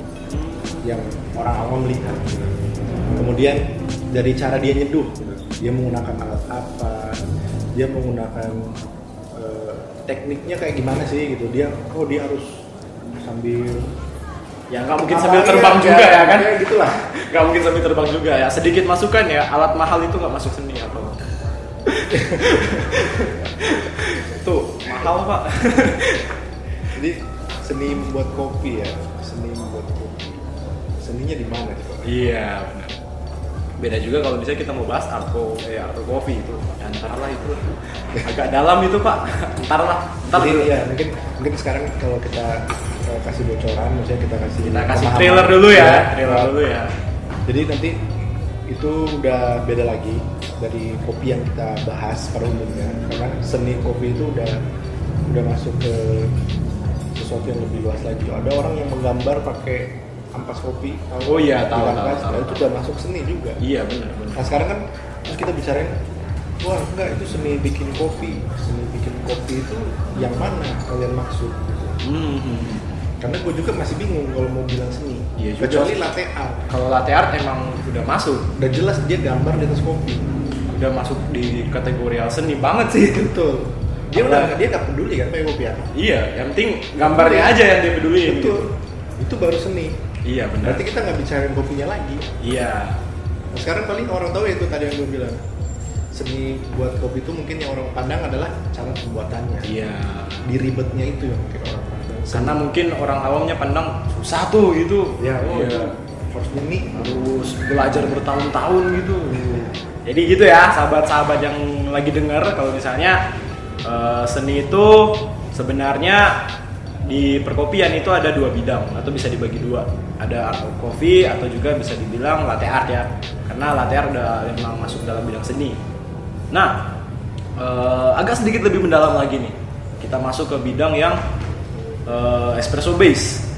[SPEAKER 2] yang orang awam lihat. gitu. Kemudian dari cara dia nyeduh, gitu. dia menggunakan alat apa, dia menggunakan eh, tekniknya kayak gimana sih gitu. Dia oh dia harus sambil
[SPEAKER 1] Ya nggak mungkin
[SPEAKER 2] Apa,
[SPEAKER 1] sambil
[SPEAKER 2] iya,
[SPEAKER 1] terbang juga ya kan?
[SPEAKER 2] kayak gitulah.
[SPEAKER 1] Nggak mungkin sambil terbang juga ya. Sedikit masukan ya, alat mahal itu nggak masuk seni atau tuh mahal pak.
[SPEAKER 2] Jadi seni membuat kopi ya, seni membuat kopi. Seninya di mana sih, Pak?
[SPEAKER 1] Iya benar. Beda juga kalau misalnya kita mau bahas art co- eh, art of coffee itu. Ya, ntar lah itu. Agak dalam itu pak. Ntar lah. Ntar
[SPEAKER 2] Jadi,
[SPEAKER 1] dulu.
[SPEAKER 2] ya, mungkin mungkin sekarang kalau kita eh, kasih bocoran, maksudnya kita kasih
[SPEAKER 1] Kita kasih
[SPEAKER 2] pemahaman.
[SPEAKER 1] trailer dulu ya.
[SPEAKER 2] Iya,
[SPEAKER 1] Trailer dulu ya.
[SPEAKER 2] Jadi nanti itu udah beda lagi dari kopi yang kita bahas pada umumnya karena seni kopi itu udah udah masuk ke sesuatu yang lebih luas lagi. Ada orang yang menggambar pakai ampas kopi. tahu?
[SPEAKER 1] Oh iya, tahu,
[SPEAKER 2] Di
[SPEAKER 1] tahu,
[SPEAKER 2] ampas,
[SPEAKER 1] tahu,
[SPEAKER 2] nah, itu
[SPEAKER 1] tahu.
[SPEAKER 2] udah masuk seni juga.
[SPEAKER 1] Iya benar benar.
[SPEAKER 2] Nah sekarang kan terus kita bicarain Wah enggak itu seni bikin kopi Seni bikin kopi itu yang mana kalian maksud
[SPEAKER 1] Hmm.
[SPEAKER 2] Karena gue juga masih bingung kalau mau bilang seni
[SPEAKER 1] Iya juga.
[SPEAKER 2] Kecuali latte art
[SPEAKER 1] Kalau latte art emang udah masuk,
[SPEAKER 2] Udah jelas dia gambar di atas kopi
[SPEAKER 1] udah masuk di kategori hal seni banget sih.
[SPEAKER 2] Betul Dia
[SPEAKER 1] Apa?
[SPEAKER 2] udah dia gak peduli kan pakai kopi apa
[SPEAKER 1] Iya, yang penting gambarnya aja yang dia peduli.
[SPEAKER 2] Betul Itu baru seni
[SPEAKER 1] Iya benar.
[SPEAKER 2] Berarti kita nggak bicarain kopinya lagi
[SPEAKER 1] Iya.
[SPEAKER 2] Nah, sekarang paling orang tahu ya itu tadi yang gue bilang Seni buat kopi itu mungkin yang orang pandang adalah cara pembuatannya
[SPEAKER 1] Iya.
[SPEAKER 2] Di ribetnya itu yang mungkin orang pandang
[SPEAKER 1] Karena mungkin orang awamnya pandang susah tuh gitu.
[SPEAKER 2] Ya, oh,
[SPEAKER 1] Iya.
[SPEAKER 2] itu harus unik.
[SPEAKER 1] Harus belajar bertahun-tahun gitu. Jadi gitu ya, sahabat-sahabat yang lagi dengar kalau misalnya eh, seni itu sebenarnya di perkopian itu ada dua bidang atau bisa dibagi dua. Ada art of coffee atau juga bisa dibilang latte art ya. Karena latte art udah memang masuk dalam bidang seni. Nah, eh, agak sedikit lebih mendalam lagi nih. Kita masuk ke bidang yang eh, espresso base.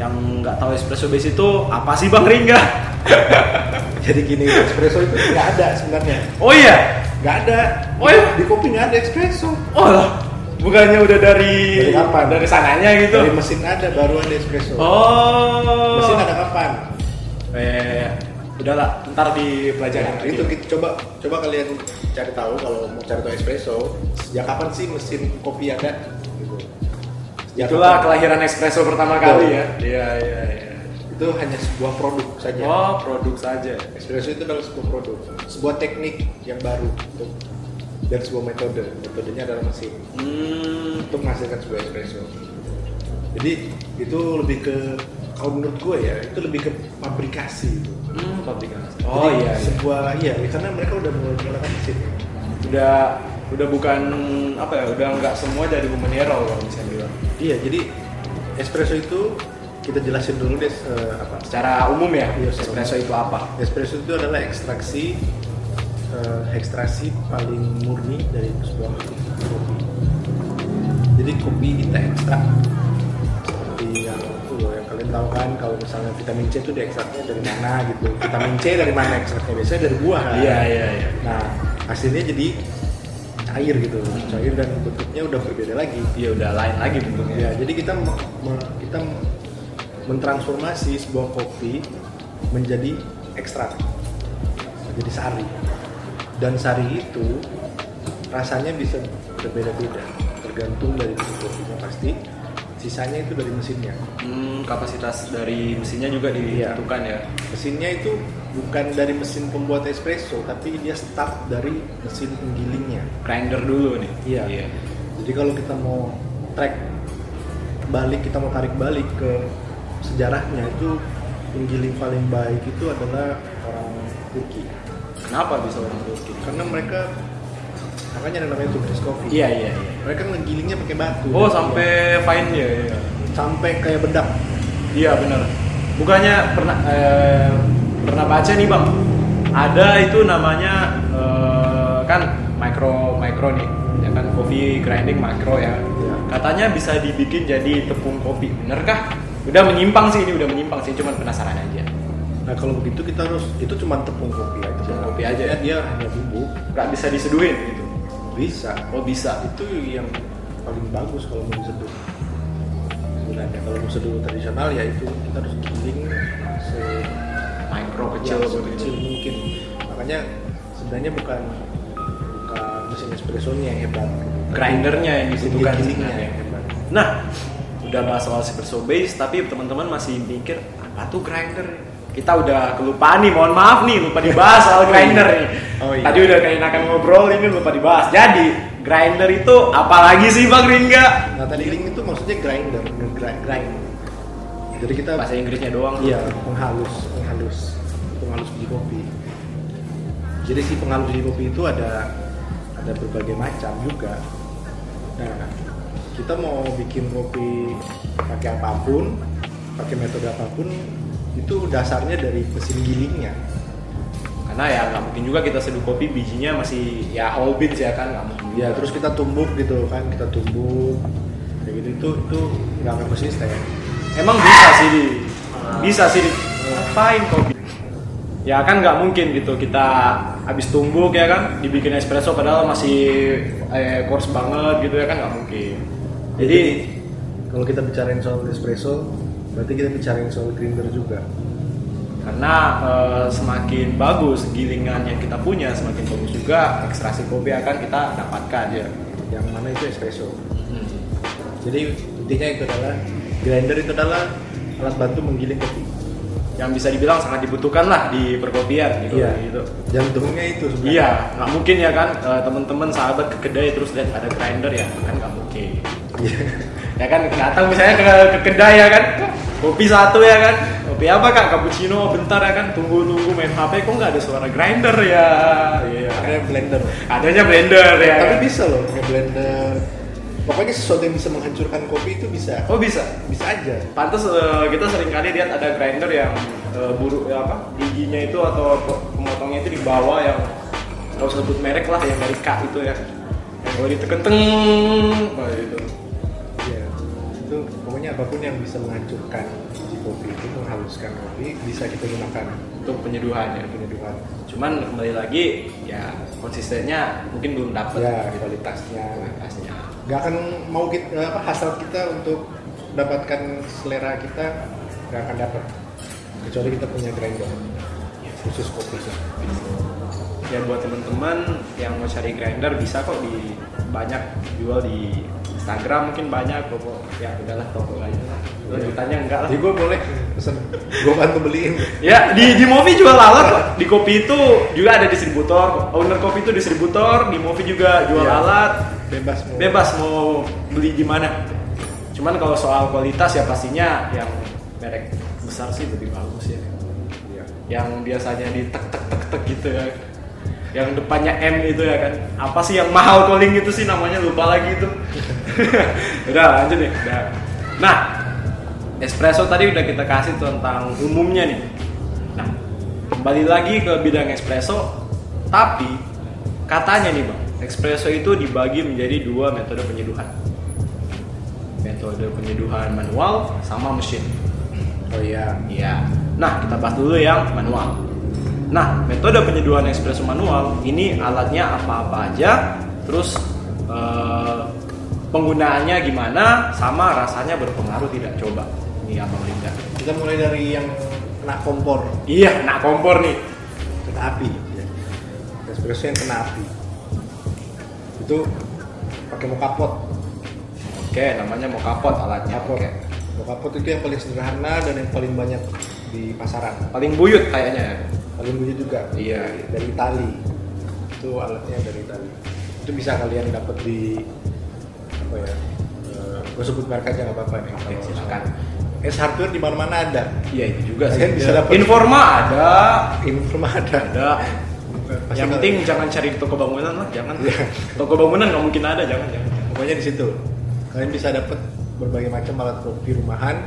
[SPEAKER 1] Yang nggak tahu espresso base itu apa sih Bang Ringga?
[SPEAKER 2] Jadi gini, espresso itu nggak ada sebenarnya.
[SPEAKER 1] Oh iya,
[SPEAKER 2] Nggak ada.
[SPEAKER 1] Oh iya?
[SPEAKER 2] Di kopi nggak ada espresso.
[SPEAKER 1] Oh lah, bukannya udah dari
[SPEAKER 2] Dari kapan?
[SPEAKER 1] Dari sananya gitu.
[SPEAKER 2] Dari mesin ada, baru ada espresso.
[SPEAKER 1] Oh.
[SPEAKER 2] Mesin ada kapan?
[SPEAKER 1] Eh, udahlah, ntar dipelajari.
[SPEAKER 2] Nah, itu kita coba coba kalian cari tahu kalau mau cari tahu espresso sejak kapan sih mesin kopi ada? Gitu. Sejak
[SPEAKER 1] Itulah
[SPEAKER 2] kapan?
[SPEAKER 1] kelahiran espresso pertama kali ya. Iya, iya, iya.
[SPEAKER 2] itu hanya sebuah produk saja.
[SPEAKER 1] Oh, produk saja.
[SPEAKER 2] Espresso itu adalah sebuah produk, sebuah teknik yang baru untuk dan sebuah metode. Metodenya adalah mesin.
[SPEAKER 1] Hmm.
[SPEAKER 2] untuk menghasilkan sebuah espresso. Jadi itu lebih ke kalau menurut gue ya itu lebih ke pabrikasi itu.
[SPEAKER 1] Hmm, pabrikasi. Oh
[SPEAKER 2] Jadi
[SPEAKER 1] iya, iya.
[SPEAKER 2] Sebuah iya ya, karena mereka udah mulai menggunakan mesin.
[SPEAKER 1] Udah udah bukan apa ya, udah nggak semua dari Bumenero kalau misalnya bilang.
[SPEAKER 2] Iya jadi espresso itu kita jelasin dulu deh eh, apa.
[SPEAKER 1] Secara umum ya,
[SPEAKER 2] Iya, secara
[SPEAKER 1] espresso itu apa?
[SPEAKER 2] Espresso itu adalah ekstraksi eh, ekstraksi paling murni dari sebuah kopi. Jadi kopi kita ekstrak seperti yang itu loh yang kalian tahu kan kalau misalnya vitamin C itu diekstraknya dari mana gitu. Vitamin C dari mana ekstraknya? Biasanya dari buah. kan?
[SPEAKER 1] Iya, iya, iya.
[SPEAKER 2] Nah, hasilnya jadi cair gitu. Cair dan bentuknya udah berbeda lagi.
[SPEAKER 1] Iya, udah lain lagi bentuknya.
[SPEAKER 2] Ya, jadi kita me- me- kita mentransformasi sebuah kopi menjadi ekstrak, menjadi sari. Dan sari itu rasanya bisa berbeda-beda, tergantung tergantung dari mesin kopinya pasti sisanya itu dari mesinnya
[SPEAKER 1] Hmm, kapasitas dari mesinnya juga
[SPEAKER 2] Iya.
[SPEAKER 1] ditentukan ya.
[SPEAKER 2] mesinnya itu bukan dari mesin pembuat espresso tapi dia start dari mesin penggilingnya
[SPEAKER 1] Grinder dulu nih.
[SPEAKER 2] Iya. Jadi kalau kita mau track balik, kita mau tarik balik ke sejarahnya itu penggiling paling baik itu adalah orang Turki.
[SPEAKER 1] Kenapa bisa orang Turki?
[SPEAKER 2] Karena mereka makanya ada namanya Turkish coffee.
[SPEAKER 1] Iya iya. iya.
[SPEAKER 2] Mereka ngegilingnya pakai batu.
[SPEAKER 1] Oh sampai fine ya. Iya,
[SPEAKER 2] sampai kayak bedak.
[SPEAKER 1] iya benar. Bukannya pernah eh, pernah baca nih bang, ada itu namanya eh, kan micro micro nih, ya kan coffee grinding micro ya.
[SPEAKER 2] Iya.
[SPEAKER 1] Katanya bisa dibikin jadi tepung kopi, bener kah? Udah menyimpang sih ini, udah menyimpang sih, cuman penasaran aja.
[SPEAKER 2] Nah kalau begitu kita harus itu cuma tepung kopi aja.
[SPEAKER 1] Tepung kopi aja ya?
[SPEAKER 2] Dia hanya bubuk.
[SPEAKER 1] Gak bisa diseduhin gitu.
[SPEAKER 2] Bisa.
[SPEAKER 1] Oh bisa.
[SPEAKER 2] Itu yang paling bagus kalau mau diseduh sebenarnya kalau mau seduh tradisional ya itu kita harus giling se
[SPEAKER 1] Micro Iya, kecil, gitu.
[SPEAKER 2] kecil kecil mungkin makanya sebenarnya bukan bukan mesin espressonya yang hebat
[SPEAKER 1] Grindernya yang dibutuhkan
[SPEAKER 2] gilingnya
[SPEAKER 1] sebenarnya.
[SPEAKER 2] yang hebat
[SPEAKER 1] Nah, udah bahas soal espresso base, tapi teman-teman masih mikir apa tuh grinder? Kita udah kelupaan nih, mohon maaf nih, lupa dibahas soal
[SPEAKER 2] Oh iya.
[SPEAKER 1] grinder nih.
[SPEAKER 2] Oh iya.
[SPEAKER 1] Tadi udah keenakan ngobrol, ini lupa dibahas. Jadi, grinder itu apa lagi sih Bang Ringga?
[SPEAKER 2] nah tadi giling itu maksudnya grinder grind, grind. jadi kita
[SPEAKER 1] Bahasa Inggrisnya doang.
[SPEAKER 2] iya penghalus penghalus penghalus biji kopi jadi si penghalus biji kopi itu ada ada berbagai macam juga nah kita mau bikin kopi pakai apapun pakai metode apapun itu dasarnya dari mesin gilingnya
[SPEAKER 1] Karena ya nggak mungkin juga kita seduh kopi bijinya masih ya whole beans ya kan nggak mungkin.
[SPEAKER 2] ya terus kita tumbuk gitu kan kita tumbuk kayak gitu itu itu nggak akan konsisten
[SPEAKER 1] Emang bisa sih di, bisa sih di, ngapain kopi? Ya kan nggak mungkin gitu kita habis tumbuk ya kan dibikin espresso padahal masih eh, coarse banget gitu ya kan nggak mungkin. Jadi
[SPEAKER 2] kalau kita bicarain soal espresso berarti kita bicarain soal grinder juga
[SPEAKER 1] karena eh, semakin bagus gilingan yang kita punya semakin bagus juga ekstraksi kopi akan kita dapatkan ya.
[SPEAKER 2] yang mana itu espresso jadi intinya itu adalah grinder itu adalah alat bantu menggiling kopi
[SPEAKER 1] Yang bisa dibilang sangat dibutuhkan lah di perkopian gitu.
[SPEAKER 2] Iya.
[SPEAKER 1] gitu.
[SPEAKER 2] jantungnya itu sebenarnya
[SPEAKER 1] Iya, nggak mungkin ya kan eh, teman-teman sahabat ke kedai terus lihat ada grinder ya kan nggak mungkin.
[SPEAKER 2] Iya.
[SPEAKER 1] ya kan datang misalnya ke, ke kedai ya kan kopi satu ya kan kopi apa kak cappuccino bentar ya kan tunggu nunggu main hp kok nggak ada suara grinder ya iya
[SPEAKER 2] makanya blender
[SPEAKER 1] adanya blender ya
[SPEAKER 2] tapi
[SPEAKER 1] kan?
[SPEAKER 2] bisa loh pakai blender pokoknya sesuatu yang bisa menghancurkan kopi itu bisa
[SPEAKER 1] oh bisa
[SPEAKER 2] bisa aja
[SPEAKER 1] pantas eh, kita sering kali lihat ada grinder yang eh, buruk ya apa giginya itu atau pe- pemotongnya itu di bawah yang nggak usah sebut merek lah yang dari kak itu ya yang kalau diteken teng nah, itu
[SPEAKER 2] Ya, itu pokoknya apapun yang bisa menghancurkan biji kopi itu menghaluskan kopi bisa kita gunakan
[SPEAKER 1] untuk penyeduhan ya
[SPEAKER 2] penyeduhan.
[SPEAKER 1] cuman kembali lagi ya konsistennya mungkin belum dapet gitu.
[SPEAKER 2] Ya kualitasnya.
[SPEAKER 1] kualitasnya
[SPEAKER 2] Gak akan mau kita apa hasrat kita untuk mendapatkan selera kita gak akan dapat kecuali kita punya grinder khusus kopi.
[SPEAKER 1] ya buat teman-teman yang mau cari grinder bisa kok di banyak jual di Instagram mungkin banyak toko ya udahlah toko aja lah lanjutannya enggak lah
[SPEAKER 2] Jadi gue boleh pesen, gue bantu beliin.
[SPEAKER 1] ya di di Movi jual lalat kok. di kopi itu juga ada distributor owner kopi itu distributor di Movi juga jual
[SPEAKER 2] Iya.
[SPEAKER 1] lalat
[SPEAKER 2] Bebas mau.
[SPEAKER 1] bebas mau beli di mana cuman kalau soal kualitas ya pastinya yang merek besar sih lebih bagus ya
[SPEAKER 2] Iya.
[SPEAKER 1] yang biasanya di tek tek tek tek gitu ya yang depannya M itu ya kan apa sih yang mahal calling itu sih namanya lupa lagi itu udah lanjut nih udah. nah espresso tadi udah kita kasih tentang umumnya nih nah kembali lagi ke bidang espresso tapi katanya nih bang espresso itu dibagi menjadi dua metode penyeduhan metode penyeduhan manual sama mesin
[SPEAKER 2] Oh iya.
[SPEAKER 1] Iya. Nah, kita bahas dulu yang manual. Nah, metode penyeduhan espresso manual ini alatnya apa-apa aja, terus eh, penggunaannya gimana, sama rasanya berpengaruh tidak coba. Ini apa Linda?
[SPEAKER 2] Kita mulai dari yang kena kompor,
[SPEAKER 1] Iya, nak kompor nih.
[SPEAKER 2] kena api. Ya. Espresso yang kena api. Itu pakai moka pot.
[SPEAKER 1] namanya mau kapot alatnya.
[SPEAKER 2] Kapot.
[SPEAKER 1] Oke.
[SPEAKER 2] Kapot itu yang paling sederhana dan yang paling banyak di pasaran.
[SPEAKER 1] Paling buyut kayaknya ya.
[SPEAKER 2] Paling bunyi juga.
[SPEAKER 1] Iya.
[SPEAKER 2] Dari Itali. Itu alatnya dari Itali. Itu bisa kalian dapat di apa ya? gue sebut merek aja nggak apa-apa nih.
[SPEAKER 1] Oke,
[SPEAKER 2] Kalau-
[SPEAKER 1] silakan.
[SPEAKER 2] Es hardware di mana-mana ada.
[SPEAKER 1] Iya itu juga sih.
[SPEAKER 2] Kalian bisa dapat-
[SPEAKER 1] Informa ada,
[SPEAKER 2] Informa ada.
[SPEAKER 1] ada.
[SPEAKER 2] Pasti
[SPEAKER 3] yang
[SPEAKER 2] kalau-
[SPEAKER 3] penting jangan cari di toko bangunan lah, jangan.
[SPEAKER 2] Iya.
[SPEAKER 3] toko bangunan nggak mungkin ada, jangan jangan.
[SPEAKER 2] pokoknya di situ kalian bisa dapat berbagai macam alat kopi rumahan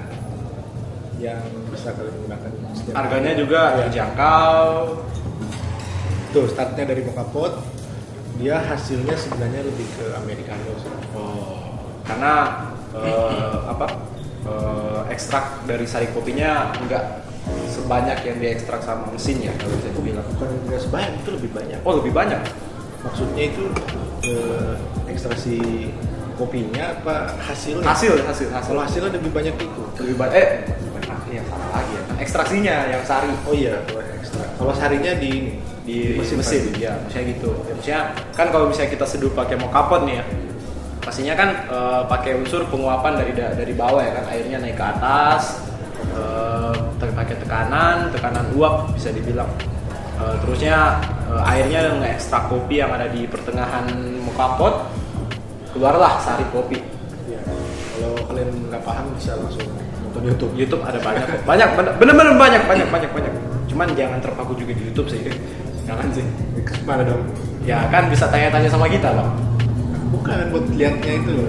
[SPEAKER 2] yang bisa kalian gunakan setiap hari.
[SPEAKER 1] Harganya juga terjangkau.
[SPEAKER 2] tuh startnya dari mocha pot dia hasilnya sebenarnya lebih ke americano sih.
[SPEAKER 1] Oh, karena eh, apa? eh, ekstrak dari sari kopinya enggak sebanyak yang diekstrak sama mesin ya kalau bisa dibilang.
[SPEAKER 2] bukan tidak sebanyak itu lebih banyak
[SPEAKER 1] Oh lebih banyak.
[SPEAKER 2] maksudnya itu eh, ekstraksi kopinya apa hasilnya
[SPEAKER 1] Hasil hasil hasil
[SPEAKER 2] kalau hasilnya lebih banyak itu
[SPEAKER 1] lebih banyak. Eh yang salah lagi ya. Ekstraksinya yang sari.
[SPEAKER 2] oh iya kalau ekstra kalau sarinya di ini,
[SPEAKER 1] di mesin,
[SPEAKER 2] mesin.
[SPEAKER 1] ya maksudnya gitu ya, maksudnya kan kalau misalnya kita seduh pakai mau kapot nih ya pastinya kan eh, pakai unsur penguapan dari da- dari bawah ya kan airnya naik ke atas eh, te- pakai tekanan tekanan uap bisa dibilang Eh, terusnya eh, airnya ngeekstrak kopi yang ada di pertengahan mau kapot keluarlah sari kopi
[SPEAKER 2] Iya. kalau kalian nggak paham bisa langsung nonton YouTube
[SPEAKER 1] YouTube ada banyak kok. banyak bener- bener-bener banyak banyak banyak banyak cuman jangan terpaku juga di YouTube sih jangan sih
[SPEAKER 2] mana dong
[SPEAKER 1] ya kan bisa tanya-tanya sama kita bang
[SPEAKER 2] Bukan buat lihatnya itu loh.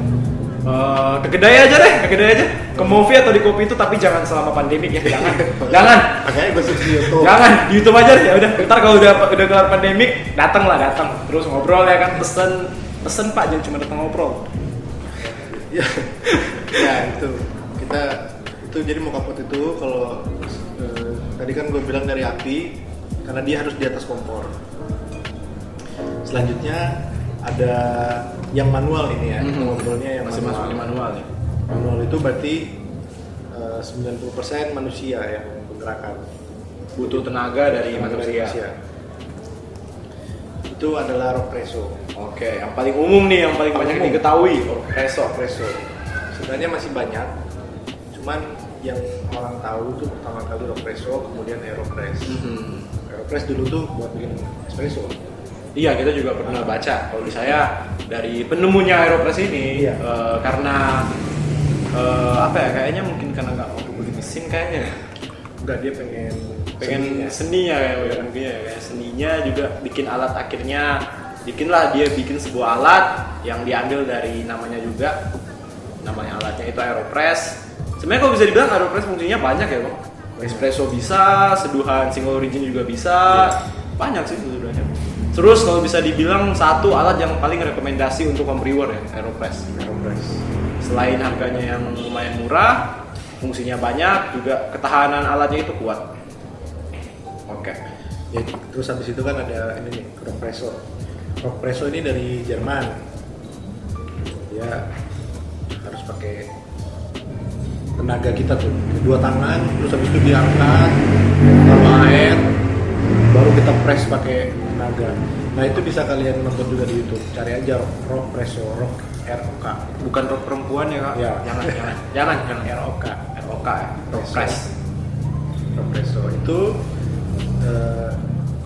[SPEAKER 1] Eh, ke kedai aja deh, ke kedai aja. Ke movie atau di kopi itu tapi jangan selama pandemi ya, jangan. jangan.
[SPEAKER 2] Makanya gue search di YouTube.
[SPEAKER 1] Jangan di YouTube aja deh. Ya udah, ntar kalau udah udah kelar pandemik, datang lah, datang. Terus ngobrol ya kan, pesen pesen Pak, jangan cuma datang ngobrol.
[SPEAKER 2] Ya, ya itu kita itu jadi mau kaput itu kalau eh, tadi kan gue bilang dari api karena dia harus di atas kompor. Selanjutnya ada yang manual ini ya, kita ngobrolnya yang
[SPEAKER 1] Mhm. masih masuk di manual ya.
[SPEAKER 2] Manual itu berarti eh, 90% manusia yang menggerakkan.
[SPEAKER 1] Butuh tenaga dari Iya, manusia.
[SPEAKER 2] Itu adalah rock preso.
[SPEAKER 1] Oke, yang paling umum nih, yang paling banyak
[SPEAKER 2] Umum.
[SPEAKER 1] diketahui. Esok.
[SPEAKER 2] Espresso. Sebenarnya masih banyak, cuman yang orang tahu tuh pertama kali Ropresso, kemudian Aeropress.
[SPEAKER 1] Mhm.
[SPEAKER 2] Aeropress dulu tuh buat bikin espresso.
[SPEAKER 1] Iya, kita juga pernah baca. Kalau di saya dari penemunya Aeropress ini
[SPEAKER 2] Iya.
[SPEAKER 1] eh, karena eh, apa ya? Kayaknya mungkin karena nggak mau beli mesin kayaknya. ya.
[SPEAKER 2] Enggak dia pengen
[SPEAKER 1] Pengen
[SPEAKER 2] seninya.
[SPEAKER 1] seninya ya, ya, mungkin ya. Kayak seninya juga bikin alat akhirnya bikinlah dia bikin sebuah alat yang diambil dari namanya juga namanya alatnya itu Aeropress. Sebenarnya kalau bisa dibilang Aeropress fungsinya banyak ya, Bang. Espresso bisa, seduhan single origin juga bisa. Banyak sih sebenarnya. Terus kalau bisa dibilang satu alat yang paling rekomendasi untuk home brewer ya, Aeropress.
[SPEAKER 2] Aeropress.
[SPEAKER 1] Selain harganya yang lumayan murah, fungsinya banyak, juga ketahanan alatnya itu kuat. Oke.
[SPEAKER 2] Ya, terus habis itu kan ada ini nih, Ropresso. Ropresso ini dari Jerman. Dia harus pakai tenaga kita tuh dua tangan terus habis itu diangkat taruh air baru kita press pakai tenaga nah itu bisa kalian nonton juga di YouTube cari aja rock, rock presso rock ROK
[SPEAKER 1] Bukan rock perempuan ya, Kak?
[SPEAKER 2] Iya.
[SPEAKER 1] Jangan, jangan. Jangan, jangan ROK. ROK ya. Rock
[SPEAKER 2] Presso.
[SPEAKER 1] press.
[SPEAKER 2] rock presso itu eh,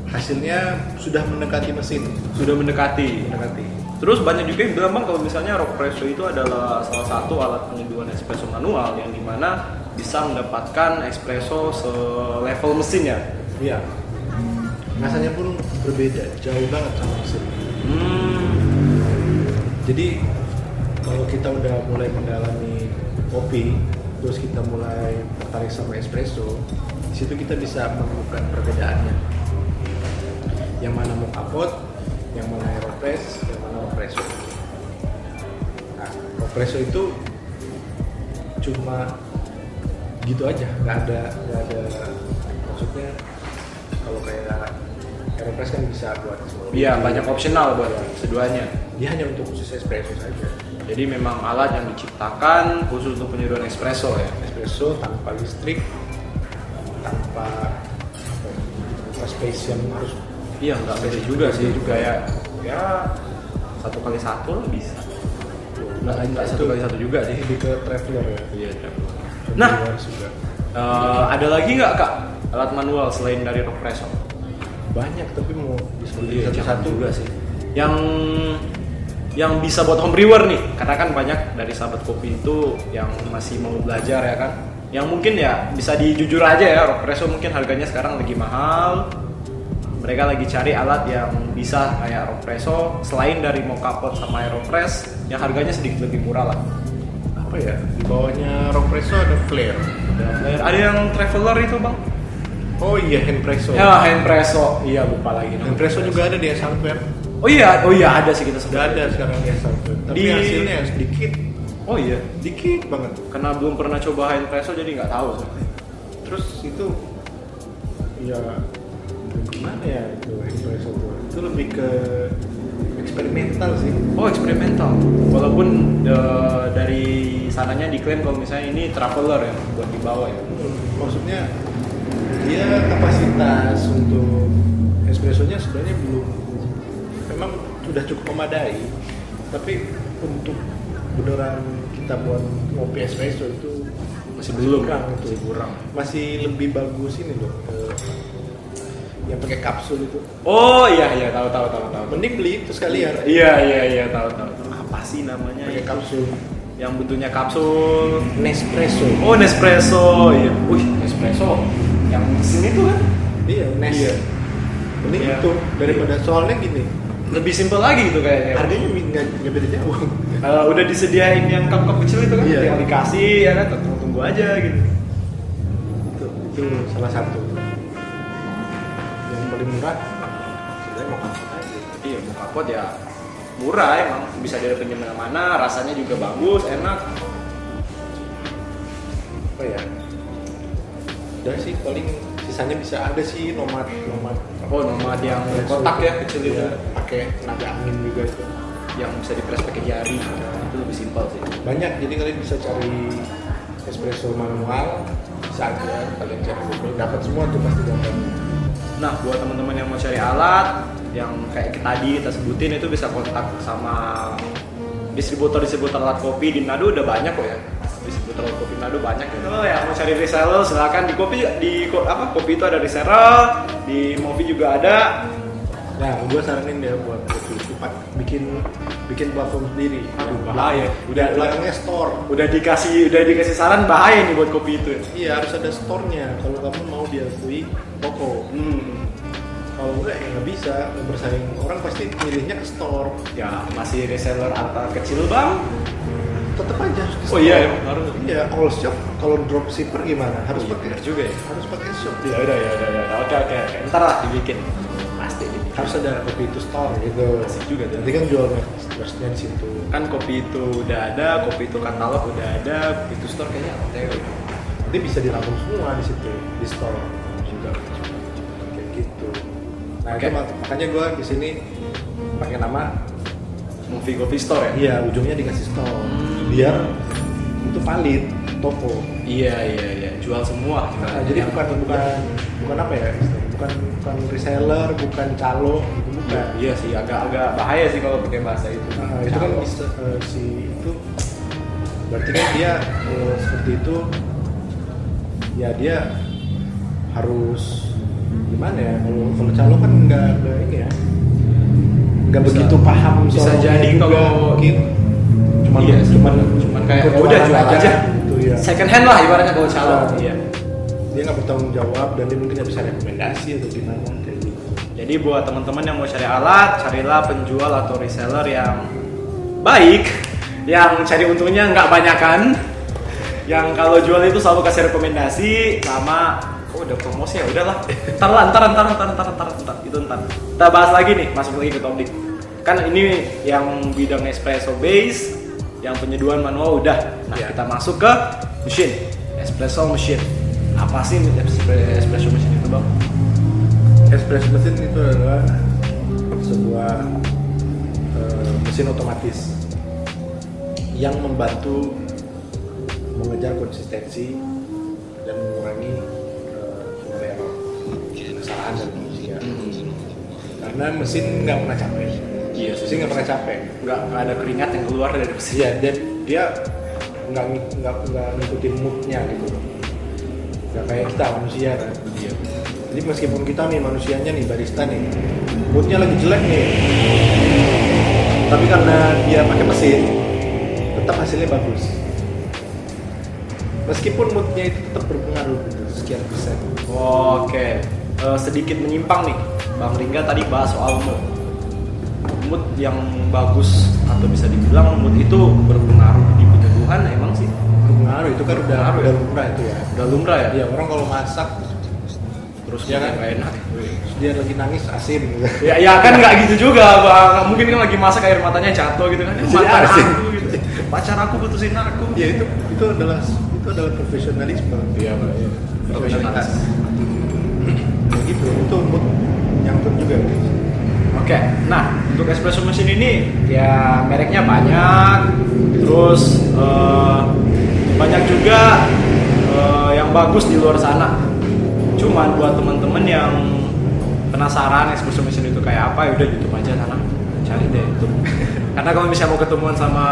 [SPEAKER 2] hasilnya sudah mendekati mesin
[SPEAKER 1] Sudah mendekati.
[SPEAKER 2] mendekati
[SPEAKER 1] Terus banyak juga yang bilang bang kalau misalnya rock presso itu adalah salah satu alat penyeduhan espresso manual yang dimana bisa mendapatkan espresso selevel mesin ya.
[SPEAKER 2] iya rasanya pun berbeda jauh banget sama mesin
[SPEAKER 1] Hmm.
[SPEAKER 2] Jadi kalau kita udah mulai mendalami kopi, terus kita mulai tertarik sama espresso, di situ kita bisa menemukan perbedaannya. Yang mana mau kapot, yang mana aeropress, yang mana espresso. Nah, espresso itu cuma gitu aja, nggak ada nggak ada maksudnya kalau kayak aeropress kan bisa buat semua.
[SPEAKER 1] Iya, banyak opsional buat keduanya.
[SPEAKER 2] Dia hanya untuk khusus espresso saja.
[SPEAKER 1] Jadi memang alat yang diciptakan khusus untuk penyeduhan espresso ya.
[SPEAKER 2] espresso tanpa listrik tanpa apa ya, tanpa space yang harus
[SPEAKER 1] Iya nggak beda juga sih juga ya. Ya satu kali satu lah bisa.
[SPEAKER 2] tuh,
[SPEAKER 3] nggak nggak satu kali satu juga sih
[SPEAKER 2] lebih ke traveler ya
[SPEAKER 3] iya traveler.
[SPEAKER 2] Traveler
[SPEAKER 1] Nah.
[SPEAKER 2] juga
[SPEAKER 1] Eh, ada lagi nggak kak alat manual selain dari Rockpresso?
[SPEAKER 2] banyak tapi mau disebut
[SPEAKER 1] Iya, jangan
[SPEAKER 2] satu-satu
[SPEAKER 1] juga sih. Yang yang bisa buat home brewer nih, karena kan banyak dari sahabat kopi itu yang masih mau belajar ya kan. Yang mungkin ya bisa dijujur aja ya, Rockpresso mungkin harganya sekarang lagi mahal. Mereka lagi cari alat yang bisa kayak Rockpresso selain dari Mocha Pot sama Aeropress yang harganya sedikit lebih murah lah.
[SPEAKER 2] apa ya di bawahnya rock presso ada flare
[SPEAKER 1] Dan ada yang traveler itu, Bang?
[SPEAKER 2] oh iya hand presso
[SPEAKER 1] Ya, Handpresso. Iya, lupa lagi.
[SPEAKER 2] hand presso juga ada di Esalver
[SPEAKER 1] Oh iya, oh iya ada sih kita
[SPEAKER 2] sudah
[SPEAKER 1] sebut.
[SPEAKER 2] ada sekarang di Esalver tapi
[SPEAKER 1] Di-
[SPEAKER 2] hasilnya sedikit
[SPEAKER 1] Oh iya.
[SPEAKER 2] dikit banget
[SPEAKER 1] karena belum pernah coba hand presso jadi nggak tahu sih.
[SPEAKER 2] terus itu ya gimana ya itu hand presso tuh itu lebih ke eksperimental sih
[SPEAKER 1] Oh eksperimental, walaupun eh, dari sananya diklaim kalau misalnya ini traveler ya buat dibawa ya.
[SPEAKER 2] maksudnya dia kapasitas untuk espressonya sebenarnya belum memang sudah cukup memadai tapi untuk beneran kita buat ngopi espresso itu
[SPEAKER 1] Masih belum.
[SPEAKER 2] kurang itu.
[SPEAKER 1] Masih kurang.
[SPEAKER 2] masih lebih bagus ini loh eh, yang pakai kapsul itu
[SPEAKER 1] Oh iya iya tahu tahu tahu tahu.
[SPEAKER 2] mending beli itu sekalian
[SPEAKER 1] Iya iya iya tahu tahu. tahu. Apa sih namanya?
[SPEAKER 2] pakai
[SPEAKER 1] itu?
[SPEAKER 2] kapsul
[SPEAKER 1] Yang bentuknya kapsul.
[SPEAKER 2] Nespresso
[SPEAKER 1] Oh Nespresso, iya. Wih Nespresso yang sini tuh kan
[SPEAKER 2] iya Nes
[SPEAKER 1] Iya.
[SPEAKER 2] mending
[SPEAKER 1] Iya.
[SPEAKER 2] itu daripada soalnya gini
[SPEAKER 1] lebih simpel lagi gitu kayaknya.
[SPEAKER 2] harganya nggak nggak beda jauh
[SPEAKER 1] Eh, udah disediain yang cup-cup kecil itu kan,
[SPEAKER 2] Iya.
[SPEAKER 1] yang dikasih ya kan, tunggu tunggu aja gitu.
[SPEAKER 2] itu, itu salah satu yang paling murah sebenarnya mau kapsul aja
[SPEAKER 1] Iya, mau kapot ya murah emang bisa didapetin di mana-mana, rasanya juga bagus, enak.
[SPEAKER 2] apa ya udah sih paling sisanya bisa ada sih nomad nomad
[SPEAKER 1] Oh, nomad yang kotak ya kecil itu,
[SPEAKER 2] Iya, pakai tenaga angin juga itu
[SPEAKER 1] yang bisa dipress pakai jari. Itu lebih simpel sih.
[SPEAKER 2] banyak jadi kalian bisa cari espresso manual bisa aja kalian cari Google dapat semua tuh pasti dapat
[SPEAKER 1] Nah, buat teman-teman yang mau cari alat yang kayak tadi kita sebutin itu bisa kontak sama distributor-distributor alat kopi di Nado udah banyak kok ya. Distributor alat kopi Nado banyak gitu. Oh, ya mau cari reseller silakan di kopi di ko- apa kopi itu ada reseller, di Movi juga ada.
[SPEAKER 2] nah gue saranin ya buat itu cepat bikin bikin platform sendiri ya,
[SPEAKER 1] Aduh, bahaya.
[SPEAKER 2] udah
[SPEAKER 1] Udah-
[SPEAKER 2] belakangnya store
[SPEAKER 1] Udah dikasih udah dikasih saran bahaya nih buat kopi itu.
[SPEAKER 2] Iya harus ada store-nya kalau kamu mau diakui toko.
[SPEAKER 1] Hmm,
[SPEAKER 2] Kalau enggak ya nggak bisa Mau bersaing. Orang pasti milihnya ke store.
[SPEAKER 1] ya masih reseller antar kecil bang.
[SPEAKER 2] Tetap aja harus ke
[SPEAKER 1] Oh
[SPEAKER 2] store.
[SPEAKER 1] iya, emang harus.
[SPEAKER 2] Iya, all shop kalau dropshipper gimana? Harus
[SPEAKER 1] Iya,
[SPEAKER 2] pakai
[SPEAKER 1] benar juga ya.
[SPEAKER 2] Harus pakai shop
[SPEAKER 1] Ya udah ya udah ya. udah. Oke oke. oke. Ntar lah dibikin. Pasti dibikin.
[SPEAKER 2] Harus ada kopi itu store gitu.
[SPEAKER 1] Asik juga tuh.
[SPEAKER 2] Nanti kan jual merch-nya di situ.
[SPEAKER 1] kan kopi itu udah ada, kopi itu katalog udah ada, kopi itu store kayaknya ya. OTW.
[SPEAKER 2] Nanti bisa dirangkum semua di situ di store juga. Kayak gitu. Nah,
[SPEAKER 1] Oke.
[SPEAKER 2] itu mak- makanya gue di sini pakai nama
[SPEAKER 1] Movie Coffee Store ya?
[SPEAKER 2] Iya, ujungnya dikasih stop. Biar itu valid toko.
[SPEAKER 1] Iya, iya, iya. Jual semua. jual.
[SPEAKER 2] Nah, jadi
[SPEAKER 1] Yang-
[SPEAKER 2] bukan bukan bukan apa ya? istilahnya, Bukan bukan reseller, bukan calo, gitu,
[SPEAKER 1] Iya,
[SPEAKER 2] bukan.
[SPEAKER 1] iya sih, agak-agak bahaya sih kalau pakai bahasa itu.
[SPEAKER 2] Nah, itu kan
[SPEAKER 1] Calo.
[SPEAKER 2] bisa, eh, si itu berarti kan dia eh, seperti itu ya dia harus gimana ya kalau kalau calo kan nggak nggak ini ya nggak
[SPEAKER 1] Bisa-
[SPEAKER 2] begitu paham
[SPEAKER 1] bisa
[SPEAKER 2] soalnya
[SPEAKER 1] jadi
[SPEAKER 2] juga
[SPEAKER 1] kalau-
[SPEAKER 2] mungkin cuman
[SPEAKER 1] Iya, sih.
[SPEAKER 2] cuman
[SPEAKER 1] Cuman kayak
[SPEAKER 2] ikut
[SPEAKER 1] "Oh, udah
[SPEAKER 2] orang
[SPEAKER 1] jual aja.
[SPEAKER 2] gitu ya
[SPEAKER 1] Second hand lah ibaratnya kalau calo.
[SPEAKER 2] Nah.
[SPEAKER 1] Iya.
[SPEAKER 2] dia nggak bertanggung jawab dan dia mungkin nggak bisa rekomendasi atau gimana kayak gitu
[SPEAKER 1] Jadi buat teman-teman yang mau cari alat, carilah penjual atau reseller yang baik, yang cari untungnya nggak banyakan, yang kalau jual itu selalu kasih rekomendasi sama kok udah promosi ya udahlah ntar lah ntar ntar ntar ntar ntar ntar itu ntar kita bahas lagi nih masuk lagi ke topik kan ini yang bidang espresso base yang penyeduhan manual udah nah
[SPEAKER 2] Iya.
[SPEAKER 1] kita masuk ke mesin espresso machine apa sih espresso machine itu bang
[SPEAKER 2] espresso mesin itu adalah sebuah eh, mesin otomatis yang membantu mengejar konsistensi dan mengurangi eh, human error kesalahan dan manusia karena mesin nggak pernah capek
[SPEAKER 1] Iya,
[SPEAKER 2] sih nggak pernah capek
[SPEAKER 1] nggak nggak ada keringat yang keluar dari mesin
[SPEAKER 2] iya dan dia nggak ngi- nggak nggak ngikutin moodnya gitu loh nggak kayak kita manusia kan
[SPEAKER 1] Iya.
[SPEAKER 2] jadi meskipun kita nih manusianya nih barista nih moodnya lagi jelek nih tapi karena dia pakai mesin tetap hasilnya bagus meskipun moodnya itu tetap berpengaruh gitu, sekian persen
[SPEAKER 1] Oke, Eh, sedikit menyimpang nih, Bang Ringga tadi bahas soal mood. Mood yang bagus atau bisa dibilang mood itu berpengaruh di keteguhan emang sih.
[SPEAKER 2] berpengaruh itu kan udah
[SPEAKER 1] Berpengaruh ya?
[SPEAKER 2] udah lumrah itu ya
[SPEAKER 1] Udah lumrah ya.
[SPEAKER 2] ya orang kalau masak
[SPEAKER 1] Terus
[SPEAKER 2] Iya kan?
[SPEAKER 1] nggak enak.
[SPEAKER 2] terus dia lagi nangis asin gitu
[SPEAKER 1] Ya, ya kan nggak gitu juga bang. Mungkin kan lagi masak air matanya jatuh gitu kan.
[SPEAKER 2] Jadi
[SPEAKER 1] Mantan
[SPEAKER 2] asin.
[SPEAKER 1] aku gitu. Pacar aku putusin aku.
[SPEAKER 2] ya itu itu adalah itu adalah profesionalisme
[SPEAKER 1] Iya, Bang. Iya. Profesionalitas.
[SPEAKER 2] Ya gitu itu mood nyangkut juga gitu.
[SPEAKER 1] Oke, nah untuk espresso mesin ini ya mereknya banyak, terus eh, banyak juga eh, yang bagus di luar sana. Cuman buat teman-teman yang penasaran espresso mesin itu kayak apa, ya udah YouTube aja sana cari deh YouTube. Karena kalau misalnya mau ketemuan sama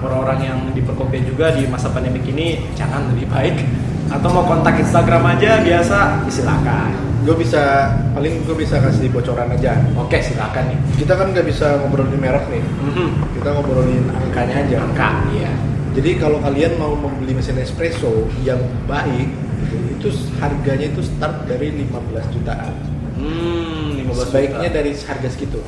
[SPEAKER 1] orang-orang yang di perkopian juga di masa pandemik ini, jangan lebih baik. Atau mau kontak Instagram aja biasa, silakan.
[SPEAKER 2] gue bisa paling gue bisa kasih bocoran aja
[SPEAKER 1] Oke, silakan nih.
[SPEAKER 2] kita kan nggak bisa ngobrolin merek nih
[SPEAKER 1] Mhm.
[SPEAKER 2] kita ngobrolin angkanya aja
[SPEAKER 1] Angka, iya.
[SPEAKER 2] jadi kalau kalian mau membeli mesin espresso yang baik itu harganya itu start dari 15 jutaan
[SPEAKER 1] Hmm, 15
[SPEAKER 2] sebaiknya
[SPEAKER 1] juta.
[SPEAKER 2] dari harga segitu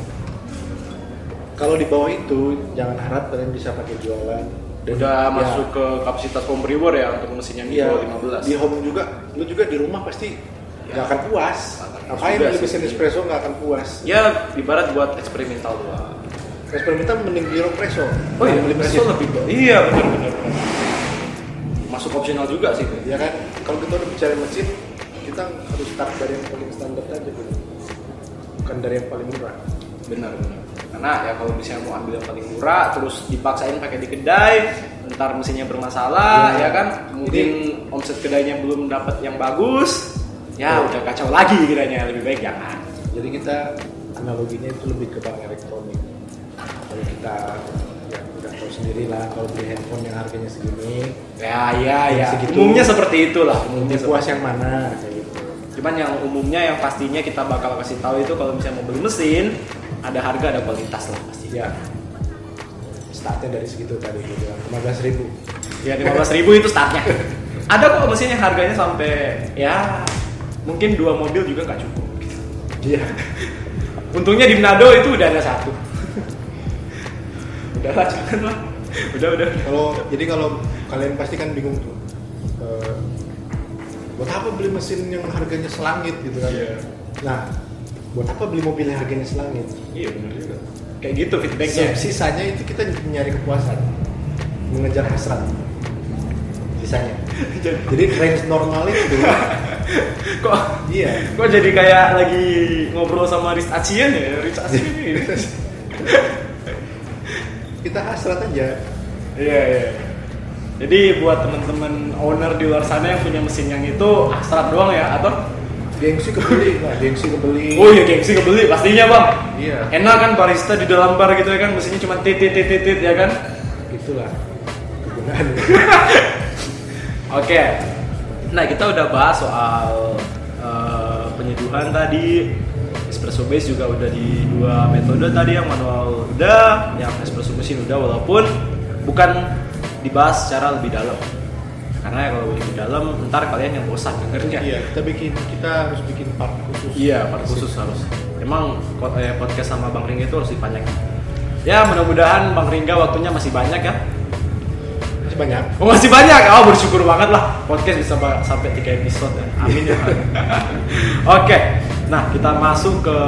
[SPEAKER 2] kalau di bawah itu jangan harap kalian bisa pakai jualan Dan-
[SPEAKER 1] udah
[SPEAKER 2] ya,
[SPEAKER 1] masuk ke kapasitas home brewer ya untuk mesinnya di
[SPEAKER 2] Iya,
[SPEAKER 1] bawah
[SPEAKER 2] di
[SPEAKER 1] 15.
[SPEAKER 2] home juga, lu juga di rumah pasti
[SPEAKER 1] Iya.
[SPEAKER 2] nggak akan puas.
[SPEAKER 1] Nggak akan puas
[SPEAKER 2] Ngapain
[SPEAKER 1] juga
[SPEAKER 2] lu
[SPEAKER 1] sih.
[SPEAKER 2] bikin espresso nggak akan puas?
[SPEAKER 1] Ya, ibarat buat eksperimental doang.
[SPEAKER 2] Eksperimental mending beli espresso.
[SPEAKER 1] Oh iya,
[SPEAKER 2] beli
[SPEAKER 1] espresso lebih ba- Iya, benar benar. benar. Masuk opsional juga sih. Bang.
[SPEAKER 2] Ya kan, kalau kita udah bicara mesin, kita harus start dari yang paling standar aja gitu. Bukan dari yang paling murah.
[SPEAKER 1] Benar benar. Karena ya kalau misalnya mau ambil yang paling murah terus dipaksain pakai di kedai, ntar mesinnya bermasalah
[SPEAKER 2] Iya.
[SPEAKER 1] ya kan? Mungkin omset kedainya belum dapat yang bagus. Ya,
[SPEAKER 2] Iya.
[SPEAKER 1] udah kacau lagi kiranya lebih baik jangan.
[SPEAKER 2] Jadi kita analoginya itu lebih ke barang elektronik. Kalau kita ya udah tahu sendiri lah kalau beli handphone yang harganya segini,
[SPEAKER 1] Ya, ya,
[SPEAKER 2] Ya,
[SPEAKER 1] ya.
[SPEAKER 2] segitu.
[SPEAKER 1] Umumnya seperti itulah.
[SPEAKER 2] mau
[SPEAKER 1] Umumnya seperti
[SPEAKER 2] puas yang mana kayak gitu.
[SPEAKER 1] Cuman yang umumnya yang pastinya kita bakal kasih tahu itu kalau misalnya mau beli mesin ada harga ada kualitas lah pasti.
[SPEAKER 2] Ya, startnya dari segitu tadi gitu, 15 ribu.
[SPEAKER 1] Ya 15 ribu itu startnya. Ada kok mesin yang harganya sampai ya mungkin dua mobil juga nggak cukup.
[SPEAKER 2] Iya.
[SPEAKER 1] Untungnya di Manado itu udah ada satu. Udahlah jangan lah. Udah udah.
[SPEAKER 2] Kalau jadi kalau kalian pasti kan bingung tuh. eh, buat apa beli mesin yang harganya selangit gitu kan?
[SPEAKER 1] Iya.
[SPEAKER 2] Nah, buat apa beli mobil yang harganya selangit?
[SPEAKER 1] Iya benar juga. Kayak gitu feedbacknya.
[SPEAKER 2] Sisanya Sisanya itu kita nyari kepuasan, mengejar hasrat. Sisanya. Jadi range normal itu.
[SPEAKER 1] kok
[SPEAKER 2] iya.
[SPEAKER 1] kok jadi kayak lagi ngobrol sama Rich Acian ya Rich Acian ini.
[SPEAKER 2] Kita hasrat aja.
[SPEAKER 1] Iya iya. Jadi buat teman-teman owner di luar sana yang punya mesin yang itu hasrat doang ya atau?
[SPEAKER 2] Gengsi kebeli, nah, gengsi kebeli.
[SPEAKER 1] Oh iya gengsi kebeli pastinya bang.
[SPEAKER 2] Iya.
[SPEAKER 1] Enak kan barista di dalam bar gitu ya kan mesinnya cuma titit titit titit ya kan?
[SPEAKER 2] Gitulah. Kegunaan.
[SPEAKER 1] Oke. Nah kita udah bahas soal eh, penyeduhan tadi espresso base juga udah di dua metode tadi yang manual udah, yang espresso mesin udah walaupun bukan dibahas secara lebih dalam. Karena ya kalau lebih dalam ntar kalian yang bosan dengernya.
[SPEAKER 2] iya, kita bikin kita harus bikin part khusus.
[SPEAKER 1] Iya, part khusus harus. Emang ko- eh, podcast sama Bang Ringga itu harus dipanjangin. Ya, mudah-mudahan Bang Ringga waktunya masih banyak ya.
[SPEAKER 2] Masih banyak.
[SPEAKER 1] Oh, masih banyak. Oh, bersyukur banget lah podcast bisa ba- sampai 3 episode ya. Amin ya. Bang. Oke. Nah, kita masuk ke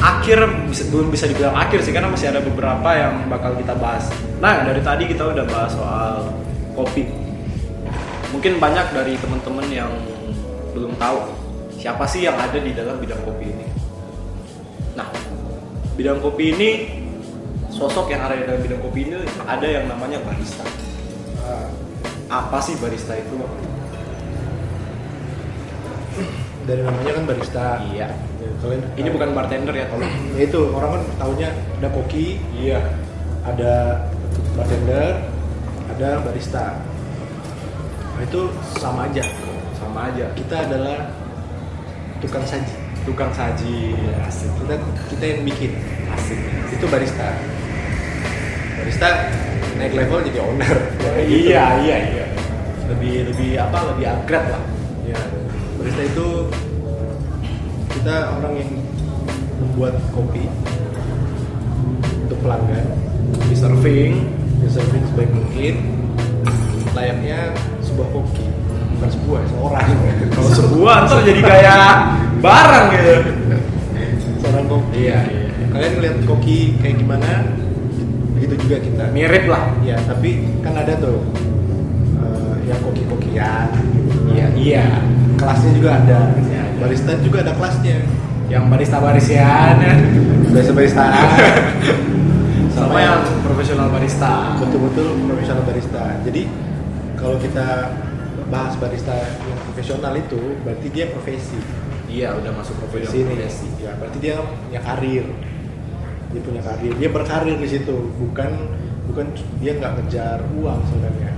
[SPEAKER 1] akhir bisa- belum bisa dibilang akhir sih karena masih ada beberapa yang bakal kita bahas. Nah, dari tadi kita udah bahas soal kopi. Mungkin banyak dari teman-teman yang belum tahu siapa sih yang ada di dalam bidang kopi ini. Nah, bidang kopi ini sosok yang ada di dalam bidang kopi ini ada yang namanya barista. Ah. Apa sih barista itu? Bang?
[SPEAKER 2] dari namanya kan barista.
[SPEAKER 1] Iya.
[SPEAKER 2] Ya, kalian
[SPEAKER 1] Ini bukan bartender ya, tolong.
[SPEAKER 2] Ya itu orang kan taunya ada koki,
[SPEAKER 1] Iya.
[SPEAKER 2] ada bartender, ada barista. Nah, itu sama aja.
[SPEAKER 1] Sama aja.
[SPEAKER 2] Kita adalah tukang saji.
[SPEAKER 1] Tukang saji. Asik.
[SPEAKER 2] Kita kita yang bikin.
[SPEAKER 1] Asik.
[SPEAKER 2] Itu barista. Barista naik level jadi owner.
[SPEAKER 1] iya, iya, iya. Lebih lebih apa? Lebih upgrade lah.
[SPEAKER 2] Ya, barista itu kita orang yang membuat kopi untuk pelanggan, di serving, di serving sebaik mungkin layaknya sebuah kopi, bukan sebuah seorang. Kalau sebuah
[SPEAKER 1] Gua ntar jadi kayak barang gitu.
[SPEAKER 2] seorang kopi,
[SPEAKER 1] Iya, iya.
[SPEAKER 2] kalian ngeliat koki kayak gimana, begitu juga kita.
[SPEAKER 1] Mirip lah.
[SPEAKER 2] Ya, tapi kan ada tuh eh, yang koki-kokian, gitu.
[SPEAKER 1] Iya, iya.
[SPEAKER 2] kelasnya juga ada.
[SPEAKER 1] Iya.
[SPEAKER 2] Barista juga ada kelasnya.
[SPEAKER 1] Yang barista barisian
[SPEAKER 2] Biasa barista
[SPEAKER 1] sama yang profesional barista.
[SPEAKER 2] betul-betul profesional barista. Jadi kalau kita bahas barista yang profesional itu berarti dia profesi.
[SPEAKER 1] Iya, udah masuk profesional
[SPEAKER 2] Profesi ini. Ya, berarti dia punya karir. Dia punya karir. Dia berkarir di situ, bukan bukan dia nggak ngejar uang sebenarnya.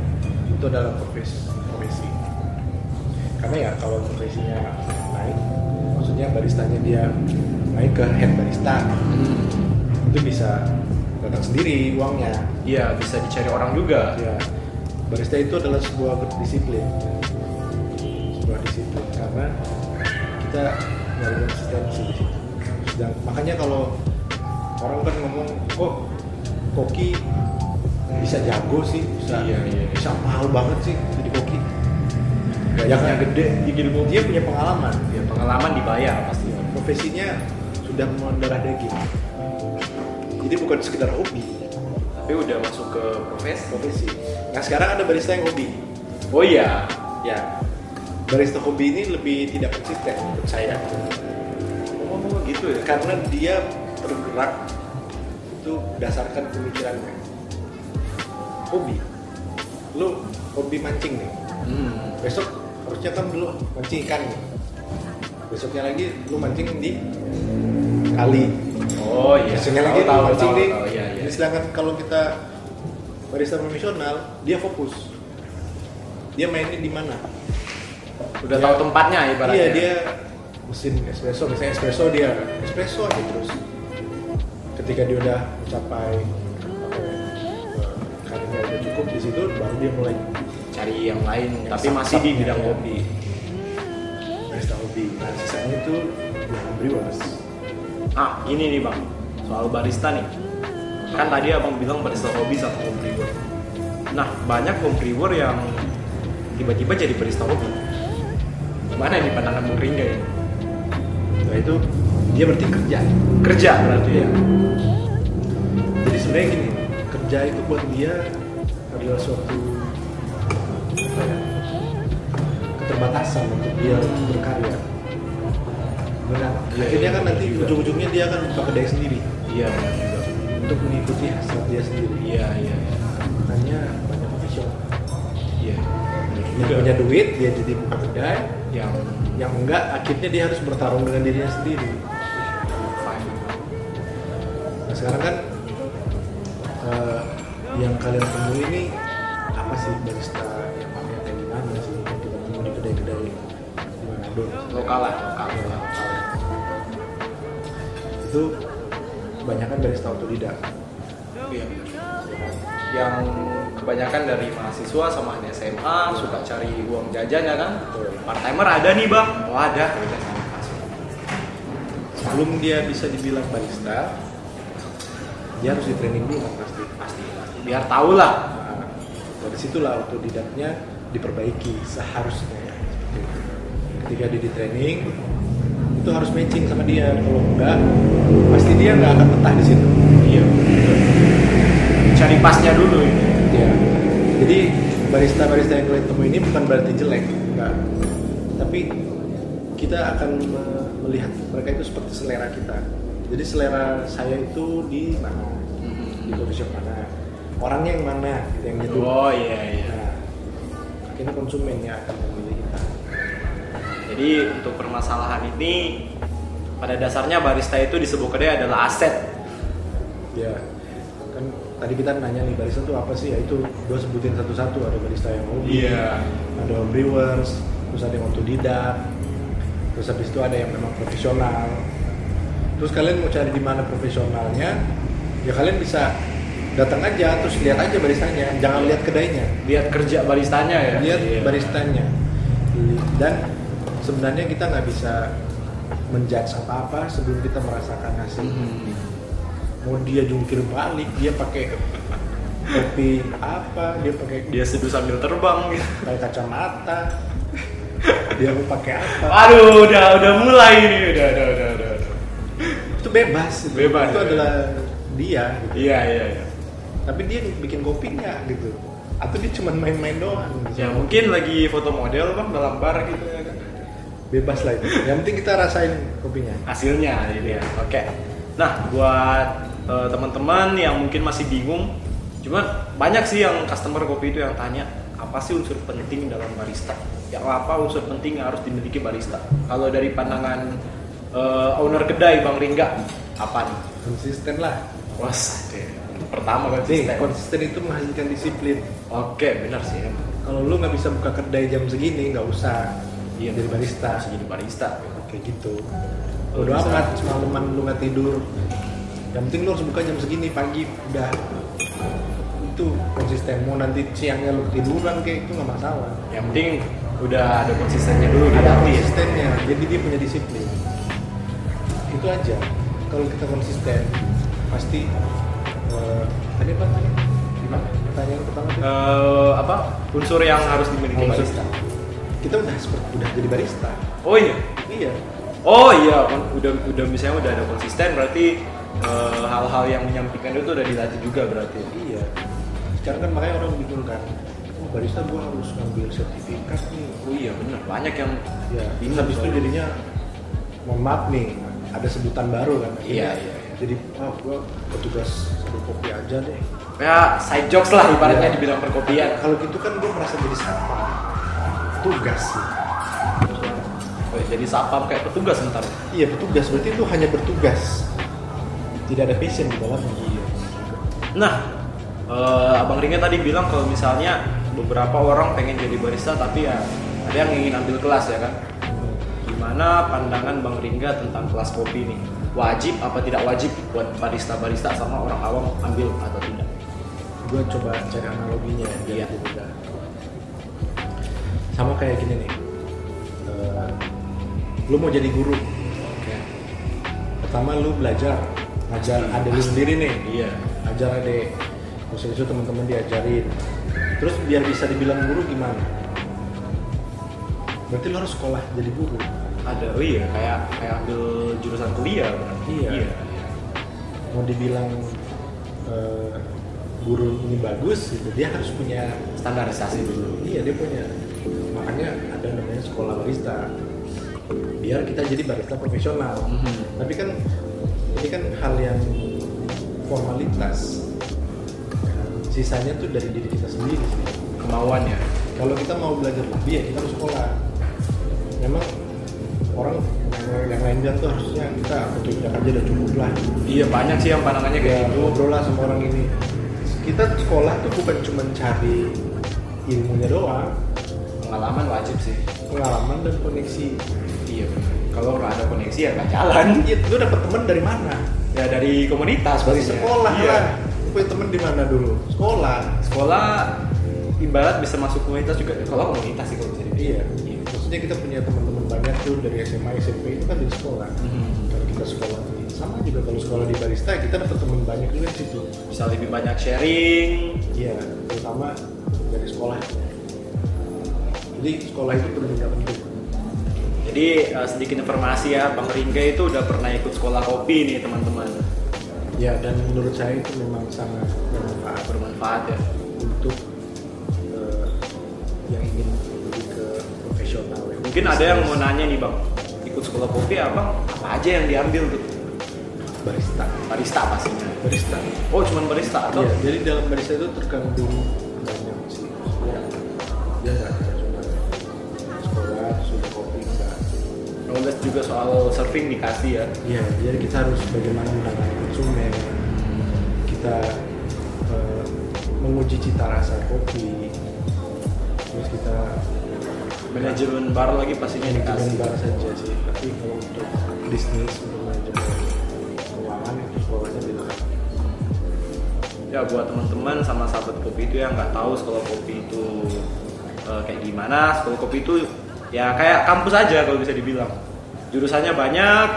[SPEAKER 2] Itu adalah profesi. profesi. Karena ya kalau profesinya naik, maksudnya baristanya dia naik ke head barista
[SPEAKER 1] Hmm.
[SPEAKER 2] itu bisa datang sendiri uangnya
[SPEAKER 1] Iya, bisa dicari orang juga.
[SPEAKER 2] Ya, barista itu adalah sebuah disiplin, sebuah disiplin karena kita nyari konsistensi di situ. Dan makanya kalau orang kan ngomong, kok koki bisa jago sih, bisa,
[SPEAKER 1] Iya, iya.
[SPEAKER 2] bisa mahal banget sih jadi koki.
[SPEAKER 1] Gajinya
[SPEAKER 2] Yang
[SPEAKER 1] gede, dia jadi koki.
[SPEAKER 2] Dia punya pengalaman,
[SPEAKER 1] Ya, pengalaman dibayar pasti.
[SPEAKER 2] profesinya sudah mendarah daging. Jadi bukan sekedar hobi,
[SPEAKER 1] Tapi udah masuk ke profesi.
[SPEAKER 2] profesi. Nah sekarang ada barista yang hobi.
[SPEAKER 1] Oh iya,
[SPEAKER 2] ya barista kopi ini lebih tidak konsisten menurut saya
[SPEAKER 1] oh gitu ya.
[SPEAKER 2] karena dia bergerak itu berdasarkan pemikirannya hobi lu hobi mancing nih
[SPEAKER 1] Hmm.
[SPEAKER 2] besok harusnya kan dulu mancing ikan nih. besoknya lagi lu mancing di kali
[SPEAKER 1] Oh iya.
[SPEAKER 2] besoknya
[SPEAKER 1] Tahu,
[SPEAKER 2] lagi lu
[SPEAKER 1] tahu,
[SPEAKER 2] mancing
[SPEAKER 1] tahu,
[SPEAKER 2] di
[SPEAKER 1] tahu. Iya, iya.
[SPEAKER 2] Jadi sedangkan kalau kita barista profesional dia fokus dia mainnya di mana
[SPEAKER 1] Udah tahu tempatnya ibaratnya.
[SPEAKER 2] Iya dia mesin espresso, misalnya espresso dia espresso aja terus. Ketika dia udah mencapai apa ya, eh, karirnya udah cukup di situ, baru dia mulai
[SPEAKER 1] cari yang gitu. lain,
[SPEAKER 2] Yang
[SPEAKER 1] tapi masih di
[SPEAKER 2] santapnya,
[SPEAKER 1] bidang
[SPEAKER 2] ya.
[SPEAKER 1] kopi.
[SPEAKER 2] barista hobi. Nah sisanya itu dia brewers.
[SPEAKER 1] Ah, ini nih bang, soal barista nih. Kan tadi abang bilang barista hobi sama home brewer. Nah, banyak home brewer yang tiba-tiba jadi barista hobi. Gimana nih pandangan Bung Ringga ini?
[SPEAKER 2] Nah itu dia berarti kerja.
[SPEAKER 1] Kerja berarti ya?
[SPEAKER 2] Iya. Jadi sebenarnya gini, kerja itu buat dia adalah suatu apa ya, keterbatasan untuk dia berkarya. Benar.
[SPEAKER 1] Iya,
[SPEAKER 2] Akhirnya
[SPEAKER 1] iya,
[SPEAKER 2] kan nanti
[SPEAKER 1] iya juga.
[SPEAKER 2] ujung-ujungnya dia akan buka kedai sendiri
[SPEAKER 1] Iya, benar juga.
[SPEAKER 2] untuk mengikuti hasrat dia sendiri.
[SPEAKER 1] Iya, iya,
[SPEAKER 2] Makanya banyak profesional.
[SPEAKER 1] iya.
[SPEAKER 2] Yang punya duit dia jadi buka kedai,
[SPEAKER 1] Yang
[SPEAKER 2] yang enggak akhirnya dia harus bertarung dengan dirinya sendiri. Nah, sekarang kan eh, yang kalian temui ini apa sih barista yang pakai kayak gimana sih yang kita temui di kedai-kedai di Manado?
[SPEAKER 1] lokal lah, lokal.
[SPEAKER 2] Ya,
[SPEAKER 1] lokal.
[SPEAKER 2] Itu kebanyakan barista otodidak.
[SPEAKER 1] Iya, benar. yang kebanyakan dari mahasiswa sama anak SMA suka cari uang jajan ya kan
[SPEAKER 2] Betul.
[SPEAKER 1] part timer ada nih bang oh ada Udah, sama kasih.
[SPEAKER 2] Sebelum dia bisa dibilang barista, dia harus di training dulu kan pasti.
[SPEAKER 1] pasti pasti biar tahu lah
[SPEAKER 2] Nah, dari situlah otodidaknya diperbaiki seharusnya ya. Seperti itu. Ketika dia di training itu harus matching sama dia kalau enggak pasti dia nggak akan betah di situ.
[SPEAKER 1] iya cari pasnya dulu ini
[SPEAKER 2] Ya. Jadi barista-barista yang kalian temui ini bukan berarti jelek, enggak. Tapi kita akan me- melihat mereka itu seperti selera kita. Jadi selera saya itu di mana? Di coffee shop mana? Orangnya yang mana? Gitu, Yang gitu.
[SPEAKER 1] Hmm, oh iya iya
[SPEAKER 2] Nah, akhirnya konsumen yang akan memilih kita.
[SPEAKER 1] Jadi untuk permasalahan ini pada dasarnya barista itu disebutnya adalah aset.
[SPEAKER 2] ya kan tadi kita nanya nih barista tuh apa sih ya itu gue sebutin satu-satu ada barista yang hobi
[SPEAKER 1] Iya.
[SPEAKER 2] ada home brewers terus ada yang autodidak terus habis itu ada yang memang profesional terus kalian mau cari di mana profesionalnya ya kalian bisa datang aja terus lihat aja baristanya jangan lihat kedainya
[SPEAKER 1] Lihat kerja baristanya ya.
[SPEAKER 2] lihat
[SPEAKER 1] Iya.
[SPEAKER 2] baristanya dan sebenarnya kita nggak bisa menjudge apa-apa sebelum kita merasakan hasil
[SPEAKER 1] Mhm.
[SPEAKER 2] mau dia jungkir balik dia pakai kopi apa dia pakai
[SPEAKER 1] Dia seduh sambil terbang. gitu.
[SPEAKER 2] pakai kacamata dia mau pakai apa
[SPEAKER 1] Aduh, udah udah mulai ini, udah udah udah udah. udah.
[SPEAKER 2] itu bebas itu,
[SPEAKER 1] Bebas,
[SPEAKER 2] itu
[SPEAKER 1] ya.
[SPEAKER 2] adalah dia gitu.
[SPEAKER 1] Iya iya iya.
[SPEAKER 2] tapi dia bikin kopinya gitu atau dia cuma main-main doang gitu.
[SPEAKER 1] Ya mungkin lagi foto model bang dalam bar gitu ya kan.
[SPEAKER 2] bebas lah itu yang penting kita rasain kopinya
[SPEAKER 1] hasilnya gitu ya. Oke. Nah, buat eh, teman-teman yang mungkin masih bingung, cuman banyak sih yang customer kopi itu yang tanya, apa sih unsur penting dalam barista? Ya apa unsur penting yang harus dimiliki barista? Kalau dari pandangan eh, owner kedai Bang Ringga, apa nih?
[SPEAKER 2] konsisten lah
[SPEAKER 1] Was, deh. pertama kan
[SPEAKER 2] Nih,
[SPEAKER 1] sistem.
[SPEAKER 2] konsisten itu menghasilkan disiplin
[SPEAKER 1] Oke, benar sih emang.
[SPEAKER 2] kalau lu nggak bisa buka kedai jam segini nggak usah
[SPEAKER 1] Iya,
[SPEAKER 2] jadi barista
[SPEAKER 1] Harus jadi barista.
[SPEAKER 2] kayak gitu
[SPEAKER 1] Oh,
[SPEAKER 2] udah
[SPEAKER 1] bisa.
[SPEAKER 2] amat semalaman lu nggak tidur yang penting lu harus buka jam segini pagi udah itu konsisten mau nanti siangnya lu tiduran kayak itu nggak masalah
[SPEAKER 1] Yang penting udah ada konsistennya dulu di
[SPEAKER 2] ada
[SPEAKER 1] hati. ya.
[SPEAKER 2] konsistennya jadi dia punya disiplin itu aja kalau kita konsisten pasti eh, tadi apa tadi gimana pertanyaan pertama tuh
[SPEAKER 1] Eh, apa unsur yang harus dimiliki barista?
[SPEAKER 2] Oh, barista kita udah seperti udah jadi barista
[SPEAKER 1] Oh iya,
[SPEAKER 2] iya
[SPEAKER 1] Oh iya, kon- udah udah misalnya udah ada konsisten berarti eh, hal-hal yang menyampingkan itu udah dilatih juga berarti.
[SPEAKER 2] Iya. Sekarang kan makanya orang bingung kan. Oh, barista gua harus ngambil sertifikat nih.
[SPEAKER 1] Oh iya bener, banyak yang
[SPEAKER 2] Ya,
[SPEAKER 1] bingung
[SPEAKER 2] habis itu
[SPEAKER 1] soalnya.
[SPEAKER 2] jadinya mohon maaf nih, ada sebutan baru kan.
[SPEAKER 1] Iya,
[SPEAKER 2] Akhirnya
[SPEAKER 1] iya, iya.
[SPEAKER 2] Jadi, ah gua petugas satu kopi aja deh.
[SPEAKER 1] ya side jokes lah ibaratnya
[SPEAKER 2] Iya.
[SPEAKER 1] dibilang perkopian.
[SPEAKER 2] Kalau gitu kan gua merasa jadi siapa? Tugas sih.
[SPEAKER 1] Oh, jadi sapam kayak petugas ntar.
[SPEAKER 2] Iya, petugas berarti itu hanya bertugas. Tidak ada passion di dalamnya.
[SPEAKER 1] Iya. Nah, eh, Abang Ringa tadi bilang kalau misalnya beberapa orang pengen jadi barista tapi ya ada yang ingin ambil kelas ya kan.
[SPEAKER 2] Iya.
[SPEAKER 1] Gimana pandangan Bang Ringga tentang kelas kopi ini? Wajib apa tidak wajib buat barista-barista sama orang awam ambil atau tidak?
[SPEAKER 2] Gua coba cari analoginya ya, biar
[SPEAKER 1] Iya.
[SPEAKER 2] lebih mudah. Sama kayak gini nih. Eh, lu mau jadi guru,
[SPEAKER 1] Oke.
[SPEAKER 2] pertama lu belajar ngajar
[SPEAKER 1] Hmm.
[SPEAKER 2] ada lu sendiri nih
[SPEAKER 1] Iya.
[SPEAKER 2] ajar adek terus habis itu teman-teman diajarin terus biar bisa dibilang guru gimana berarti lu harus sekolah jadi guru
[SPEAKER 1] Ada oh iya kayak kayak ambil jurusan kuliah kan? berarti.
[SPEAKER 2] Iya. mau dibilang eh, guru ini bagus gitu dia harus punya
[SPEAKER 1] Standarisasi dulu.
[SPEAKER 2] iya dia punya makanya ada namanya sekolah barista biar kita jadi barista profesional
[SPEAKER 1] Mhm.
[SPEAKER 2] tapi kan ini kan hal yang formalitas sisanya tuh dari diri kita sendiri sih.
[SPEAKER 1] Kemauan ya.
[SPEAKER 2] kalau kita mau belajar lebih ya kita harus sekolah memang orang yang lain bilang tuh harusnya kita otodidak aja udah cukup lah
[SPEAKER 1] Iya banyak sih yang pandangannya kayak
[SPEAKER 2] ya
[SPEAKER 1] gitu.
[SPEAKER 2] ngobrol lah sama orang ini kita sekolah tuh bukan cuma cari ilmunya doang
[SPEAKER 1] gitu. Pengalaman wajib sih.
[SPEAKER 2] pengalaman dan koneksi
[SPEAKER 1] Iya benar. Kalau nggak ada koneksi ya nggak jalan.
[SPEAKER 2] Iya, lu dapet temen dari mana?
[SPEAKER 1] Ya dari komunitas
[SPEAKER 2] Dari
[SPEAKER 1] pastinya.
[SPEAKER 2] sekolah kan?
[SPEAKER 1] Iya.
[SPEAKER 2] lah. Lu punya temen di mana dulu? Sekolah.
[SPEAKER 1] Sekolah ibarat bisa masuk komunitas juga. Kalau komunitas sih kalau bisa dibilang.
[SPEAKER 2] Iya. Maksudnya kita punya teman-teman banyak tuh dari SMA, SMP itu kan dari sekolah.
[SPEAKER 1] Mhm.
[SPEAKER 2] Kalau kita sekolah di sama juga kalau sekolah di barista kita dapet teman banyak juga di situ.
[SPEAKER 1] Bisa lebih banyak sharing.
[SPEAKER 2] Iya, terutama dari sekolah. Jadi sekolah itu perlu nggak penting.
[SPEAKER 1] Jadi eh, sedikit informasi ya, Bang Ringga itu udah pernah ikut sekolah kopi nih teman-teman.
[SPEAKER 2] Ya, dan menurut saya itu memang sangat bermanfaat.
[SPEAKER 1] Bermanfaat ya.
[SPEAKER 2] untuk eh, yang ingin lebih ke profesional. ya.
[SPEAKER 1] Mungkin ada yang mau nanya nih bang, ikut sekolah kopi abang apa aja yang diambil tuh?
[SPEAKER 2] barista.
[SPEAKER 1] Barista pastinya.
[SPEAKER 2] Barista.
[SPEAKER 1] Oh cuman barista atau?
[SPEAKER 2] Iya, jadi dalam barista itu terkandung banyak sih. Ya, dia nggak hanya cuma sekolah sudah kopi enggak.
[SPEAKER 1] juga soal surfing dikasih ya
[SPEAKER 2] Iya, jadi kita harus bagaimana menangani konsumen. Kita eh, menguji cita rasa kopi. Terus kita
[SPEAKER 1] manajemen bar lagi pastinya
[SPEAKER 2] manajemen
[SPEAKER 1] dikasih
[SPEAKER 2] bar saja sih. Tapi kalau untuk bisnis, untuk manajemen keuangan itu sekolahnya beda.
[SPEAKER 1] ya buat teman-teman sama sahabat kopi itu yang nggak tahu sekolah kopi itu eh, kayak gimana sekolah kopi itu ya kayak kampus aja kalau bisa dibilang jurusannya banyak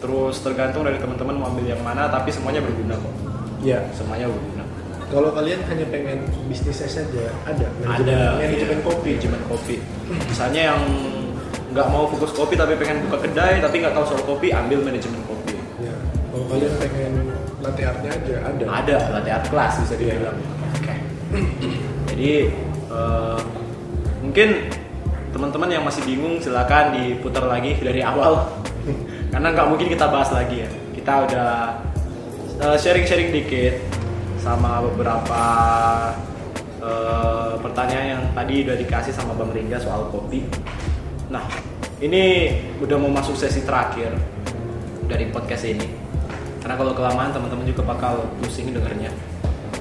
[SPEAKER 1] terus tergantung dari teman-teman mau ambil yang mana tapi semuanya berguna kok
[SPEAKER 2] Iya.
[SPEAKER 1] semuanya berguna
[SPEAKER 2] Kalau kalian hanya pengen bisnisnya saja, ada manajemen,
[SPEAKER 1] ada
[SPEAKER 2] manajemen
[SPEAKER 1] iya,
[SPEAKER 2] kopi.
[SPEAKER 1] manajemen kopi misalnya yang nggak mau fokus kopi tapi pengen buka kedai tapi nggak tahu soal kopi ambil manajemen kopi
[SPEAKER 2] Iya. Kalau kalian pengen latte artnya aja, ada.
[SPEAKER 1] ada latte art kelas bisa dibilang jadi eh, mungkin teman-teman yang masih bingung silakan diputar lagi dari awal karena nggak mungkin kita bahas lagi ya kita udah eh, sharing-sharing dikit sama beberapa eh, pertanyaan yang tadi udah dikasih sama bang Ringga soal kopi nah ini udah mau masuk sesi terakhir dari podcast ini karena kalau kelamaan teman-teman juga bakal pusing dengernya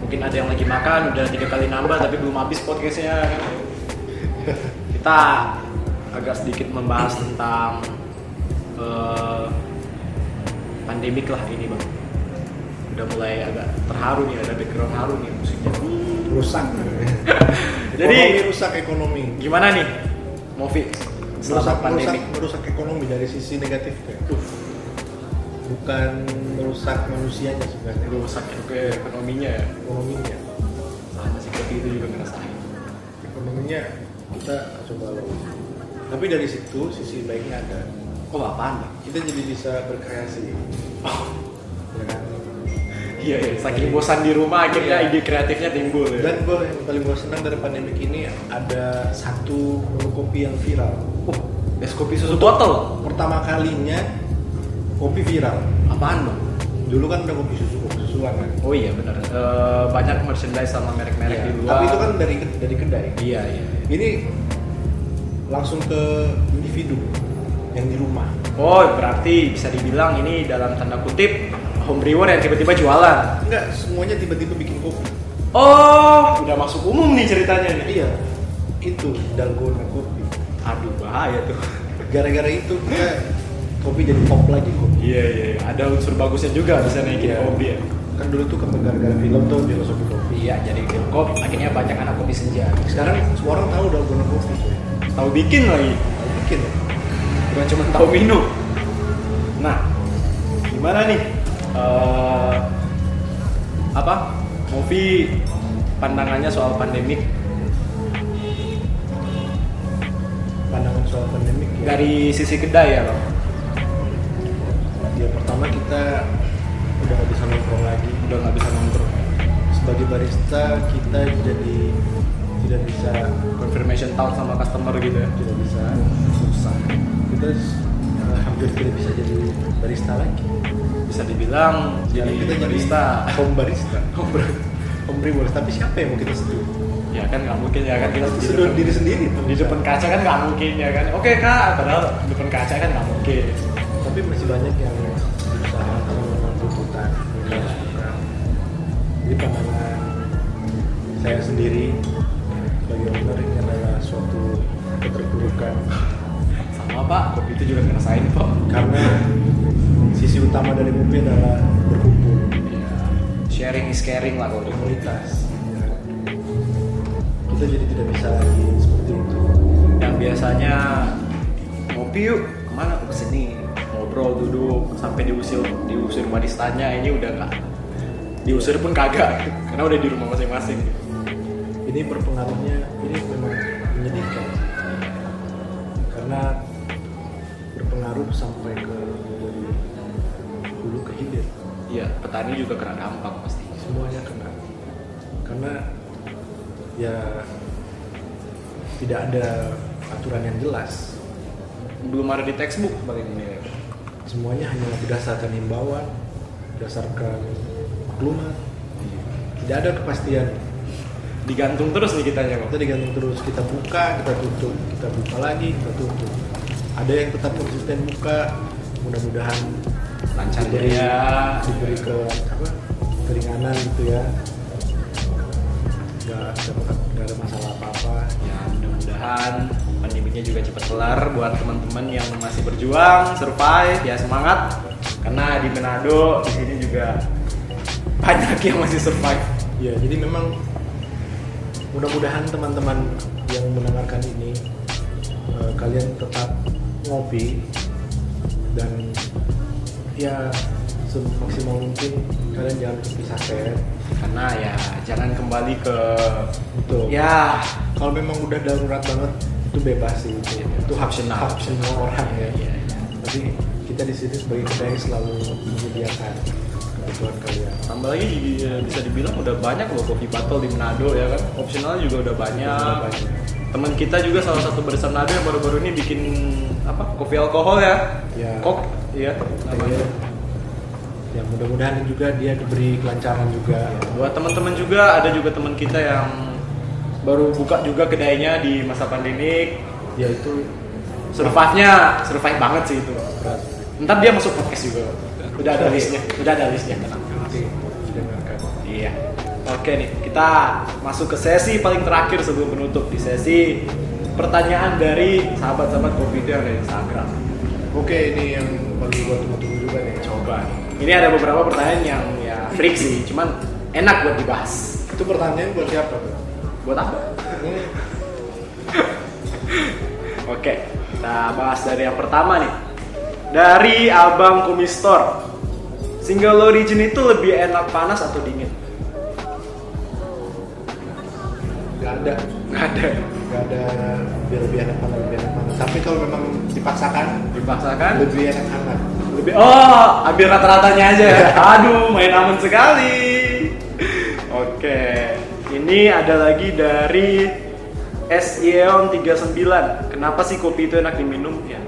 [SPEAKER 1] mungkin ada yang lagi makan udah tiga kali nambah tapi belum habis podcastnya kan kita agak sedikit membahas tentang eh, pandemik lah ini bang udah mulai agak terharu nih ada background haru nih musiknya
[SPEAKER 2] Rusak.
[SPEAKER 1] Jadi-
[SPEAKER 2] ekonomi rusak ekonomi.
[SPEAKER 1] gimana nih Mofi selama
[SPEAKER 2] merusak,
[SPEAKER 1] pandemik
[SPEAKER 2] merusak, merusak ekonomi dari sisi negatifnya bukan merusak manusianya sebenarnya
[SPEAKER 1] rusak ke ekonominya ya
[SPEAKER 2] ekonominya
[SPEAKER 1] sama sih kopi itu juga ngerasain
[SPEAKER 2] ekonominya kita coba loh tapi dari situ sisi baiknya ada
[SPEAKER 1] kok apaan Bang?
[SPEAKER 2] kita jadi bisa berkreasi
[SPEAKER 1] Oh.
[SPEAKER 2] ya kan?
[SPEAKER 1] Iya, iya, saking bosan di rumah akhirnya
[SPEAKER 2] Iya.
[SPEAKER 1] ide kreatifnya timbul ya.
[SPEAKER 2] dan gue yang paling gue senang dari pandemi ini ada satu menu kopi yang viral
[SPEAKER 1] uh, es kopi susu botol.
[SPEAKER 2] pertama kalinya kopi viral
[SPEAKER 1] Apaan bang?
[SPEAKER 2] dulu kan ada kopi susu kopi susuan kan
[SPEAKER 1] Oh iya benar. Eh, banyak merchandise sama merek-merek di luar.
[SPEAKER 2] tapi itu kan dari dari kedai
[SPEAKER 1] Iya iya. iya.
[SPEAKER 2] ini langsung ke individu yang di rumah
[SPEAKER 1] Oh berarti bisa dibilang ini dalam tanda kutip home brewer yang tiba-tiba jualan.
[SPEAKER 2] enggak semuanya tiba-tiba bikin kopi
[SPEAKER 1] Oh udah masuk umum nih ceritanya nih.
[SPEAKER 2] iya itu dalgona kopi
[SPEAKER 1] Aduh bahaya tuh.
[SPEAKER 2] gara-gara itu kita kopi jadi pop lagi kopi
[SPEAKER 1] Iya iya. iya. Ada unsur bagusnya juga bisa naikin
[SPEAKER 2] Iya.
[SPEAKER 1] hobi ya.
[SPEAKER 2] kan dulu tuh kan gara-gara film tuh filosofi kopi
[SPEAKER 1] Iya jadi kopi akhirnya banyak anak kopi senja.
[SPEAKER 2] sekarang semua orang tahu dalgona kopi tuh
[SPEAKER 1] Tahu bikin lagi.
[SPEAKER 2] Tahu bikin
[SPEAKER 1] bukan cuma tahu minum. Nah, gimana nih? Eh, apa? Movi pandangannya soal pandemik
[SPEAKER 2] pandangan soal pandemik ya
[SPEAKER 1] dari sisi kedai ya, Bang?
[SPEAKER 2] ya pertama kita udah nggak bisa nongkrong lagi
[SPEAKER 1] Udah nggak bisa nongkrong.
[SPEAKER 2] sebagai barista kita jadi tidak bisa
[SPEAKER 1] Confirmation tahun sama customer gitu ya.
[SPEAKER 2] tidak bisa susah kita eh, hampir tidak bisa jadi barista lagi
[SPEAKER 1] Bisa dibilang jadi
[SPEAKER 2] Sekarang kita jadi Oh,
[SPEAKER 1] barista.
[SPEAKER 2] home barista home brewer tapi siapa yang mau kita seduh
[SPEAKER 1] ya kan nggak mungkin ya kan kita
[SPEAKER 2] kita
[SPEAKER 1] di
[SPEAKER 2] seduh
[SPEAKER 1] depan-
[SPEAKER 2] diri sendiri tuh.
[SPEAKER 1] di depan kaca kan nggak mungkin ya kan. Oke kak, padahal di depan kaca kan nggak mungkin.
[SPEAKER 2] tapi masih banyak yang berusaha kalau memang tuntutan
[SPEAKER 1] Iya.
[SPEAKER 2] tuntutan. jadi pandangan saya sendiri sebagai owner ini adalah suatu keterpurukan
[SPEAKER 1] Sama pak, kopi itu juga ngerasain kok.
[SPEAKER 2] karena sisi utama dari kopi adalah berkumpul
[SPEAKER 1] Ya, sharing is caring lah kalau di
[SPEAKER 2] komunitas ya kan? kita jadi tidak bisa lagi seperti itu
[SPEAKER 1] yang biasanya ngopi yuk kemana ke sini ngobrol duduk sampai diusir diusir baristanya ini udah nggak diusir pun kagak karena udah di rumah masing-masing
[SPEAKER 2] ini berpengaruhnya ini memang menyedihkan karena berpengaruh sampai ke dari hulu ke hilir
[SPEAKER 1] iya petani juga kena dampak pasti
[SPEAKER 2] semuanya kena karena ya tidak ada aturan yang jelas
[SPEAKER 1] belum ada di textbook ya? Iya. paling ini
[SPEAKER 2] semuanya hanya berdasarkan himbauan, berdasarkan maklumat. Tidak ada kepastian.
[SPEAKER 1] digantung terus nih kita ya
[SPEAKER 2] Kita digantung terus, kita buka, kita tutup, kita buka lagi, kita tutup. ada yang tetap konsisten buka mudah-mudahan
[SPEAKER 1] lancar
[SPEAKER 2] Diberi-
[SPEAKER 1] jaya
[SPEAKER 2] diberi ke apa keringanan gitu ya nggak dapat nggak ada masalah apa apa
[SPEAKER 1] ya mudah-mudahan pandeminya juga cepat kelar buat teman-teman yang masih berjuang survive ya semangat karena di Manado di sini juga banyak yang masih survive
[SPEAKER 2] ya jadi memang mudah-mudahan teman-teman yang mendengarkan ini eh, kalian tetap ngopi dan ya semaksimal mungkin kalian jangan berpisah kayak
[SPEAKER 1] karena ya jangan kembali ke
[SPEAKER 2] gitu
[SPEAKER 1] ya
[SPEAKER 2] kalau memang udah darurat banget itu bebas sih itu, itu hak
[SPEAKER 1] Optional.
[SPEAKER 2] hak semua orang ya.
[SPEAKER 1] Iya, iya.
[SPEAKER 2] Tapi kita di sini sebagai kedai selalu menyediakan kebutuhan kalian.
[SPEAKER 1] tambah lagi di- bisa dibilang udah banyak loh kopi battle di Manado ya kan opsional juga udah banyak teman kita juga salah satu barisan Manado yang baru-baru ini bikin apa kopi alkohol ya
[SPEAKER 2] Ya.
[SPEAKER 1] kok iya namanya
[SPEAKER 2] Ya mudah-mudahan juga dia diberi kelancaran juga.
[SPEAKER 1] buat teman-teman juga ada juga teman kita yang baru buka juga kedainya di masa pandemik
[SPEAKER 2] Ya itu
[SPEAKER 1] survive-nya survive banget sih itu ntar dia masuk podcast juga udah ada listnya udah ada listnya tenang
[SPEAKER 2] nanti didengarkan.
[SPEAKER 1] Iya. Oke nih, kita masuk ke sesi paling terakhir sebelum penutup di sesi pertanyaan dari sahabat-sahabat kopi itu yang ada di Instagram.
[SPEAKER 2] Oke ini yang bagi gua tunggu-tunggu juga nih coba.
[SPEAKER 1] Coba. nih. Ini ada beberapa pertanyaan yang ya freak sih, cuman enak buat dibahas.
[SPEAKER 2] Itu pertanyaan buat siapa tuh?
[SPEAKER 1] Buat apa?
[SPEAKER 2] Hmm,
[SPEAKER 1] Oke, kita bahas dari yang pertama nih. Dari Abang Kumistor. Single origin itu lebih enak panas atau dingin?
[SPEAKER 2] Gak ada,
[SPEAKER 1] Nggak ada.
[SPEAKER 2] gak ada biar lebih enak mana lebih enak mana. Tapi kalau memang dipaksakan
[SPEAKER 1] Dipaksakan?
[SPEAKER 2] lebih enak hangat.
[SPEAKER 1] Lebih oh, ambil rata-ratanya aja ya. Aduh, main aman sekali. Oke. Ini ada lagi dari E Syeon 39. Kenapa sih kopi itu enak diminum? Ya.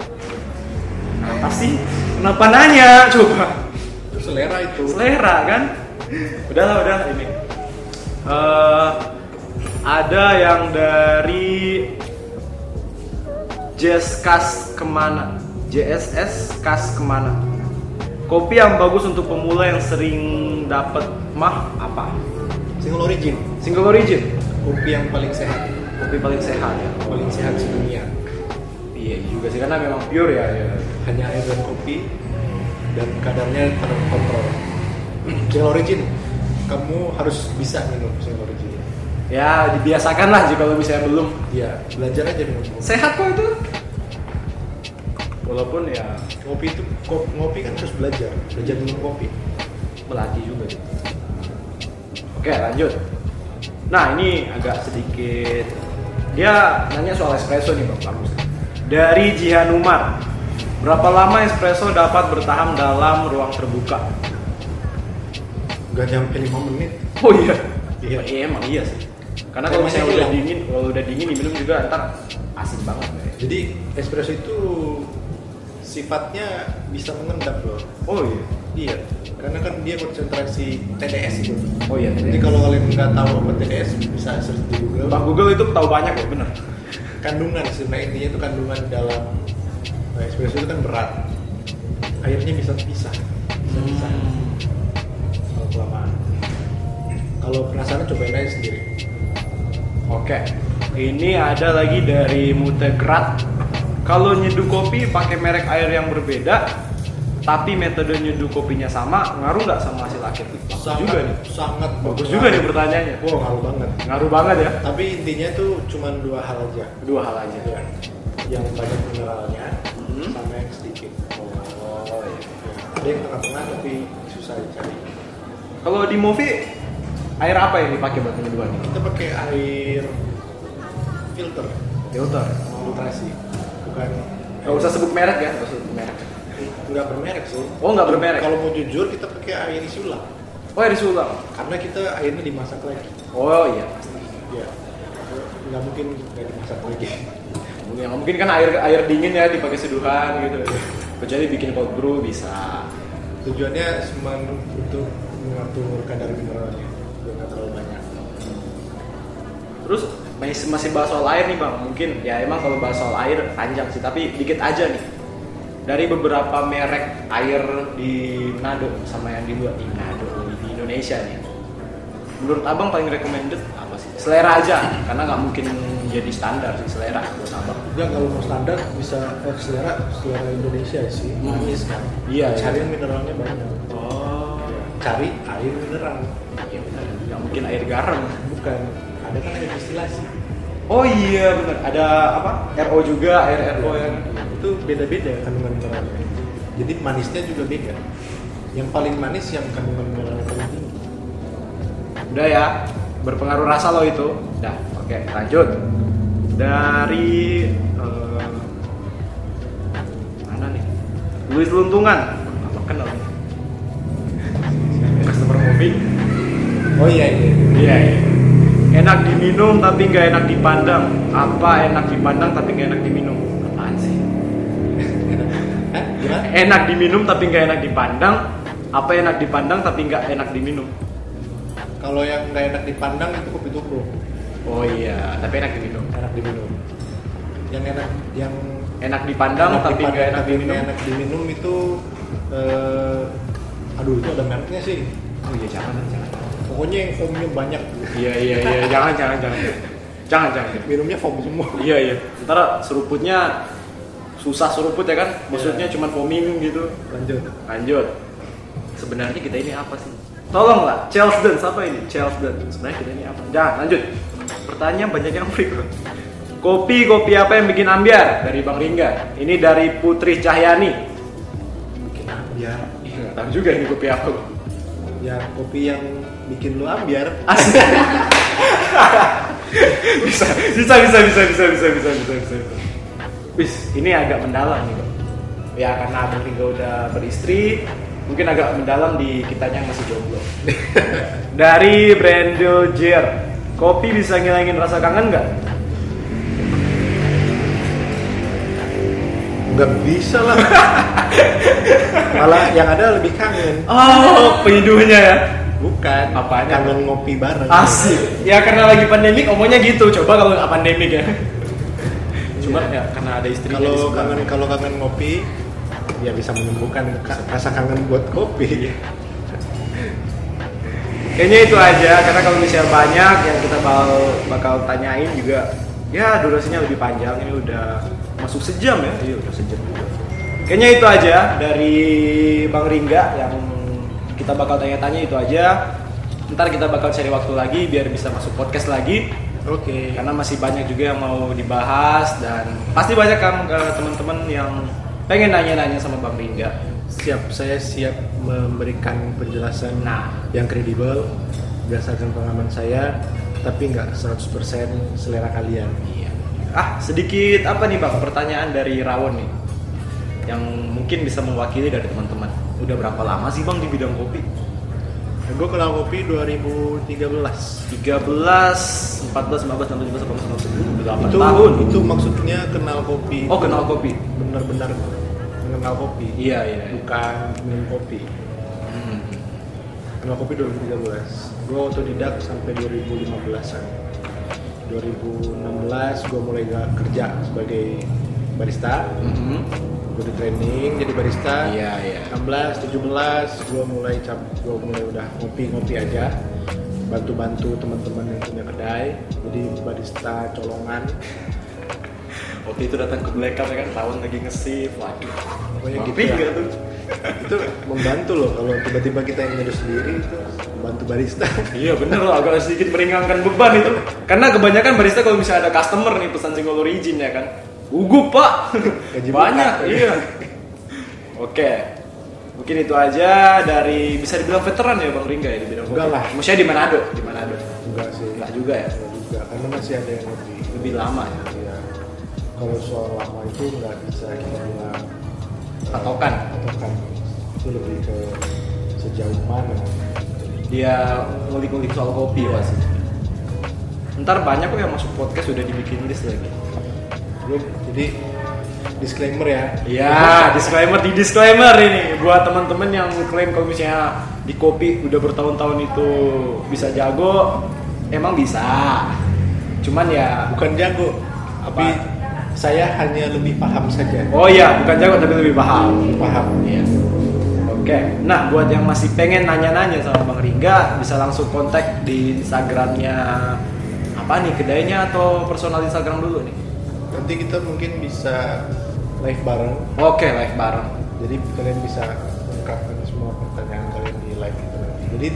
[SPEAKER 1] Kenapa sih? Kenapa nanya? Coba.
[SPEAKER 2] Itu selera itu.
[SPEAKER 1] Selera kan? Udahlah, udah ini. Eh, ada yang dari JS Kas kemana? JSS Kas kemana? Kopi yang bagus untuk pemula yang sering dapat mah apa?
[SPEAKER 2] Single origin,
[SPEAKER 1] Single origin,
[SPEAKER 2] kopi yang paling sehat,
[SPEAKER 1] kopi paling sehat ya.
[SPEAKER 2] paling sehat sedunia.
[SPEAKER 1] Iya juga sih karena memang pure ya. ya.
[SPEAKER 2] Hanya air dan kopi dan kadarnya terkontrol. Single origin, kamu harus bisa minum single origin.
[SPEAKER 1] Ya dibiasakan lah jika lo misalnya belum
[SPEAKER 2] Ya, belajar aja minum kopi.
[SPEAKER 1] sehat kok itu. Walaupun ya
[SPEAKER 2] Kopi itu ko- ngopi kan harus belajar, belajar minum kopi.
[SPEAKER 1] melatih juga. sih. Oke lanjut. Nah ini agak sedikit dia nanya soal espresso nih bang bagus. Dari Jihan Umar, berapa lama espresso dapat bertahan dalam ruang terbuka?
[SPEAKER 2] Gak nyampe 5 menit.
[SPEAKER 1] Oh iya.
[SPEAKER 2] Iya.
[SPEAKER 1] Iya, emang iya sih. Karena
[SPEAKER 2] Kayak
[SPEAKER 1] kalau misalnya
[SPEAKER 2] masih
[SPEAKER 1] udah
[SPEAKER 2] hilang.
[SPEAKER 1] dingin, kalau udah dingin diminum juga ntar asin banget. Bay.
[SPEAKER 2] Jadi espresso itu sifatnya bisa mengendap loh.
[SPEAKER 1] Oh iya.
[SPEAKER 2] Iya, karena kan dia konsentrasi TDS itu.
[SPEAKER 1] Oh iya.
[SPEAKER 2] Jadi kalau kalian nggak tahu apa TDS bisa search di Google.
[SPEAKER 1] Bang Google itu tahu banyak ya, bener.
[SPEAKER 2] kandungan sebenarnya intinya itu kandungan dalam nah, espresso itu kan berat airnya bisa pisah bisa pisah kalau kelamaan kalau penasaran cobain aja sendiri
[SPEAKER 1] Oke. Ini ada lagi dari Mutegrat. Kalau nyeduh kopi pakai merek air yang berbeda, tapi metode nyeduh kopinya sama, ngaruh nggak sama hasil akhir? Bagus juga nih.
[SPEAKER 2] sangat
[SPEAKER 1] Bagus juga nih pertanyaannya.
[SPEAKER 2] wow ngaruh banget
[SPEAKER 1] Ngaruh banget ya.
[SPEAKER 2] tapi intinya tuh cuman dua hal aja
[SPEAKER 1] Dua hal aja.
[SPEAKER 2] ya yang banyak mineralnya
[SPEAKER 1] Mhm.
[SPEAKER 2] sama yang sedikit oh, iya. ada yang tengah-tengah tapi susah dicari
[SPEAKER 1] Kalau di movie, air apa yang dipakai buat penyeduhan?
[SPEAKER 2] kita pakai air filter
[SPEAKER 1] Filter.
[SPEAKER 2] filtrasi bukan
[SPEAKER 1] Gak usah sebut merek ya, nggak usah sebut merek.
[SPEAKER 2] nggak bermerek sih
[SPEAKER 1] Oh, nggak bermerek.
[SPEAKER 2] kalau mau jujur kita pakai air isi ulang
[SPEAKER 1] Oh, air sulam.
[SPEAKER 2] karena kita airnya dimasak lagi
[SPEAKER 1] Oh iya, pasti.
[SPEAKER 2] ya nggak mungkin nggak dimasak lagi
[SPEAKER 1] Yang mungkin kan air air dingin ya dipakai seduhan gitu. Kecuali bikin cold brew bisa.
[SPEAKER 2] tujuannya cuma untuk mengatur kadar mineralnya biar nggak terlalu banyak
[SPEAKER 1] Terus masih, masih bahas soal air nih bang mungkin ya emang kalau bahas soal air panjang sih tapi dikit aja nih dari beberapa merek air di Nado sama yang di luar di Nado di Indonesia nih menurut abang paling recommended apa sih selera aja karena nggak mungkin jadi standar sih selera buat abang
[SPEAKER 2] Juga kalau mau standar bisa eh, selera selera Indonesia sih
[SPEAKER 1] Hmm.
[SPEAKER 2] manis kan.
[SPEAKER 1] Iya, iya.
[SPEAKER 2] Cari yang mineralnya banyak.
[SPEAKER 1] oh
[SPEAKER 2] Cari air mineral
[SPEAKER 1] ya benar nggak mungkin air garam
[SPEAKER 2] bukan ada kan air destilasi.
[SPEAKER 1] oh iya benar ada apa RO juga air ya. RO yang
[SPEAKER 2] itu beda-beda kandungan mineralnya. Jadi manisnya juga beda. Yang paling manis yang kandungan mineralnya paling tinggi.
[SPEAKER 1] udah ya berpengaruh rasa lo itu dah oke lanjut dari eh, mana nih Luis Luntungan apa kenal nih? customer kopi
[SPEAKER 2] Oh iya iya.
[SPEAKER 1] iya iya. enak diminum tapi nggak enak dipandang apa enak dipandang tapi nggak enak diminum apaan sih
[SPEAKER 2] Hah? Gimana?
[SPEAKER 1] enak diminum tapi nggak enak dipandang apa enak dipandang tapi nggak enak diminum
[SPEAKER 2] Kalau yang nggak enak dipandang itu kopi tubruk,
[SPEAKER 1] oh iya tapi enak diminum
[SPEAKER 2] enak diminum. Yang enak yang
[SPEAKER 1] enak dipandang tapi nggak enak
[SPEAKER 2] tapi
[SPEAKER 1] diminum
[SPEAKER 2] nggak enak diminum itu eh, aduh itu ada mereknya sih.
[SPEAKER 1] oh iya jangan jangan
[SPEAKER 2] Pokoknya yang foamnya banyak,
[SPEAKER 1] Iya iya iya jangan jangan jangan jangan jangan.
[SPEAKER 2] minumnya foam semua.
[SPEAKER 1] Iya iya. Ntar seruputnya susah seruput ya kan? Maksudnya cuma foaming gitu.
[SPEAKER 2] Lanjut.
[SPEAKER 1] Lanjut. Sebenarnya kita ini apa sih? Tolonglah, Chelsea siapa ini? Chelsea Sebenarnya kita ini apa? Jangan lanjut. Pertanyaan banyak yang berikut. Kopi kopi apa yang bikin ambiar? Dari Bang Ringga. Ini dari Putri Cahyani.
[SPEAKER 2] Ya,
[SPEAKER 1] Ih, nggak Iya, tahu juga ini kopi apa. Bang.
[SPEAKER 2] ya kopi yang bikin lu ambiar.
[SPEAKER 1] Asli. bisa, bisa, bisa, bisa, bisa, bisa, bisa, bisa, bisa, bisa. Wis, ini agak mendalam nih, Bang. Ya karena Abang Tinggal udah beristri, mungkin agak mendalam di kitanya yang masih jomblo. Dari Brendel Jer, kopi bisa ngilangin rasa kangen nggak?
[SPEAKER 2] Nggak bisa lah. Malah yang ada lebih kangen.
[SPEAKER 1] Oh, penyeduhnya ya.
[SPEAKER 2] Bukan.
[SPEAKER 1] Apanya?
[SPEAKER 2] Kangen ngopi bareng.
[SPEAKER 1] Asik. Ya karena lagi pandemik, omongnya gitu. Coba kalau nggak pandemik ya. Cuman ya karena ada istri
[SPEAKER 2] Kalau kangen kalau kangen ngopi ya bisa menyembuhkan ka- rasa kangen buat kopi.
[SPEAKER 1] Kayaknya itu aja, karena kalau misalnya banyak yang kita bakal, bakal tanyain juga Ya durasinya lebih panjang, ini udah masuk sejam ya Iya udah sejam juga Kayaknya itu aja dari Bang Ringga yang kita bakal tanya-tanya itu aja Ntar kita bakal cari waktu lagi biar bisa masuk podcast lagi
[SPEAKER 2] Oke.
[SPEAKER 1] Karena masih banyak juga yang mau dibahas dan pasti banyak kan eh, teman-teman yang pengen nanya-nanya sama Bang Ringga
[SPEAKER 2] Siap, saya siap memberikan penjelasan
[SPEAKER 1] Nah.
[SPEAKER 2] yang kredibel berdasarkan pengalaman saya, tapi nggak 100% selera kalian.
[SPEAKER 1] Iya. Ah, sedikit apa nih Bang pertanyaan dari Rawon nih? Yang mungkin bisa mewakili dari teman-teman. Udah berapa lama sih Bang di bidang kopi?
[SPEAKER 2] Gue kenal kopi 2013.
[SPEAKER 1] 13, 14, 15, 16, 17, 18, 19, 18
[SPEAKER 2] Itu
[SPEAKER 1] tahun.
[SPEAKER 2] itu maksudnya kenal kopi.
[SPEAKER 1] Oh, kenal kopi.
[SPEAKER 2] benar-benar mengenal kopi.
[SPEAKER 1] Iya, iya. iya.
[SPEAKER 2] Bukan minum kopi.
[SPEAKER 1] Hmm.
[SPEAKER 2] Kenal kopi 2013. Gue otodidak sampai 2015-an. 2016 gue mulai ga- kerja sebagai barista.
[SPEAKER 1] Mhm.
[SPEAKER 2] Gue di training jadi barista.
[SPEAKER 1] Iya, iya.
[SPEAKER 2] 16, 17 gue mulai cap, gue mulai udah ngopi-ngopi aja bantu-bantu teman-teman yang punya kedai jadi barista colongan
[SPEAKER 1] Waktu itu datang ke Black Cup ya kan tahun lagi ngesip. Waduh.
[SPEAKER 2] Pokoknya
[SPEAKER 1] Kopi
[SPEAKER 2] gitu ya.
[SPEAKER 1] nggak tuh?
[SPEAKER 2] itu membantu loh kalau tiba-tiba kita yang nyeduh sendiri itu membantu barista
[SPEAKER 1] Iya bener loh, agak sedikit meringankan beban itu Karena kebanyakan barista kalau misalnya ada customer nih pesan single origin ya kan Gugup pak,
[SPEAKER 2] Gaji
[SPEAKER 1] banyak
[SPEAKER 2] bokap.
[SPEAKER 1] iya Oke, mungkin itu aja dari, bisa dibilang veteran ya Bang Ringga ya di bidang
[SPEAKER 2] Enggak
[SPEAKER 1] kopi?
[SPEAKER 2] lah.
[SPEAKER 1] Maksudnya di Manado? Di Manado
[SPEAKER 2] enggak sih
[SPEAKER 1] Enggak juga ya,
[SPEAKER 2] Enggak juga karena masih ada yang lebih
[SPEAKER 1] lebih lama ya
[SPEAKER 2] ya kalau soal lama itu nggak bisa kita bilang eh,
[SPEAKER 1] Patokan.
[SPEAKER 2] patokan itu lebih ke sejauh mana
[SPEAKER 1] Dia ngulik-ngulik soal kopi pasti Ntar banyak kok yang masuk podcast udah dibikin list lagi
[SPEAKER 2] Belum, jadi disclaimer ya
[SPEAKER 1] Ya, disclaimer di disclaimer ini buat teman-teman yang klaim kalau misalnya di kopi udah bertahun-tahun itu bisa jago, emang bisa. cuman ya
[SPEAKER 2] bukan jago tapi saya hanya lebih paham saja
[SPEAKER 1] oh iya bukan jago tapi lebih paham
[SPEAKER 2] paham
[SPEAKER 1] Iya. Oke. Nah, buat yang masih pengen nanya-nanya sama Bang Ringga, bisa langsung kontak di Instagramnya apa nih kedainya atau personal Instagram dulu nih.
[SPEAKER 2] nanti kita mungkin bisa live bareng
[SPEAKER 1] Oke, live bareng.
[SPEAKER 2] jadi kalian bisa ungkapkan semua pertanyaan kalian di live itu nanti jadi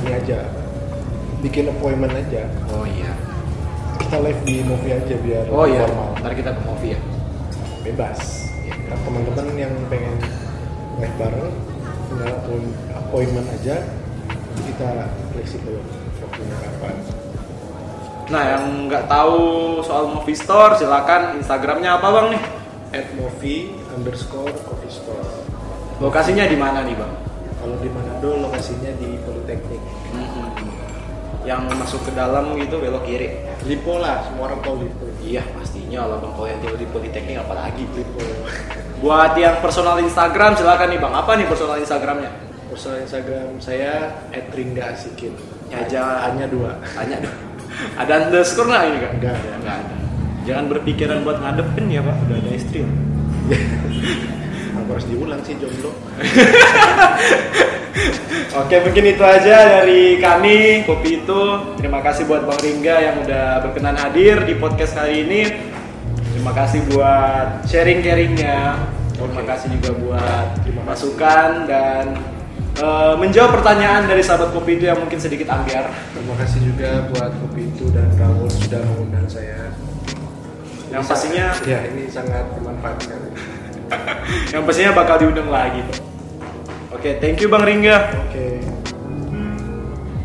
[SPEAKER 2] ini aja bikin appointment aja
[SPEAKER 1] Oh iya.
[SPEAKER 2] kita live di movie aja biar
[SPEAKER 1] Oh iya.
[SPEAKER 2] formal
[SPEAKER 1] Ntar kita ke movie ya.
[SPEAKER 2] bebas
[SPEAKER 1] Iya.
[SPEAKER 2] Nah, teman-teman yang pengen live bareng tinggal appoint- appointment aja Nanti kita fleksibel waktunya kapan
[SPEAKER 1] Nah, yang nggak tahu soal movie store, silakan Instagramnya apa Bang nih?
[SPEAKER 2] at movie underscore coffee store
[SPEAKER 1] Lokasinya di mana nih Bang?
[SPEAKER 2] kalau di Manado lokasinya di Politeknik
[SPEAKER 1] Hmm. Yang masuk ke dalam gitu belok kiri.
[SPEAKER 2] Lipo lah semua orang tahu Lipo
[SPEAKER 1] Iya pastinya lah bang kalau yang tinggal di Politeknik apalagi
[SPEAKER 2] Lipo
[SPEAKER 1] Buat yang personal Instagram silakan nih bang. Apa nih personal Instagramnya?
[SPEAKER 2] personal Instagram saya at Ringda Asikin
[SPEAKER 1] Ya, jangan-
[SPEAKER 2] hanya dua
[SPEAKER 1] Tanya dong. ada underscore nggak ini kak?
[SPEAKER 2] Enggak, ya. ada.
[SPEAKER 1] Nggak ada. Jangan berpikiran buat ngadepin ya pak. Udah ada istri. ya.
[SPEAKER 2] Aku harus diulang sih jomblo
[SPEAKER 1] Oke mungkin itu aja dari kami kopi itu. Terima kasih buat bang Ringga yang udah berkenan hadir di podcast kali ini. Terima kasih buat sharing sharingnya. Terima kasih juga buat
[SPEAKER 2] Terima kasih.
[SPEAKER 1] masukan dan eh, menjawab pertanyaan dari sahabat kopi itu yang mungkin sedikit ambiar.
[SPEAKER 2] terima kasih juga buat Kopi itu dan Rawon sudah mengundang saya
[SPEAKER 1] Yang pastinya
[SPEAKER 2] ya ini sangat bermanfaat sekali
[SPEAKER 1] yang pastinya bakal diundang lagi. Pak. Oke, thank you Bang Ringga.
[SPEAKER 2] oke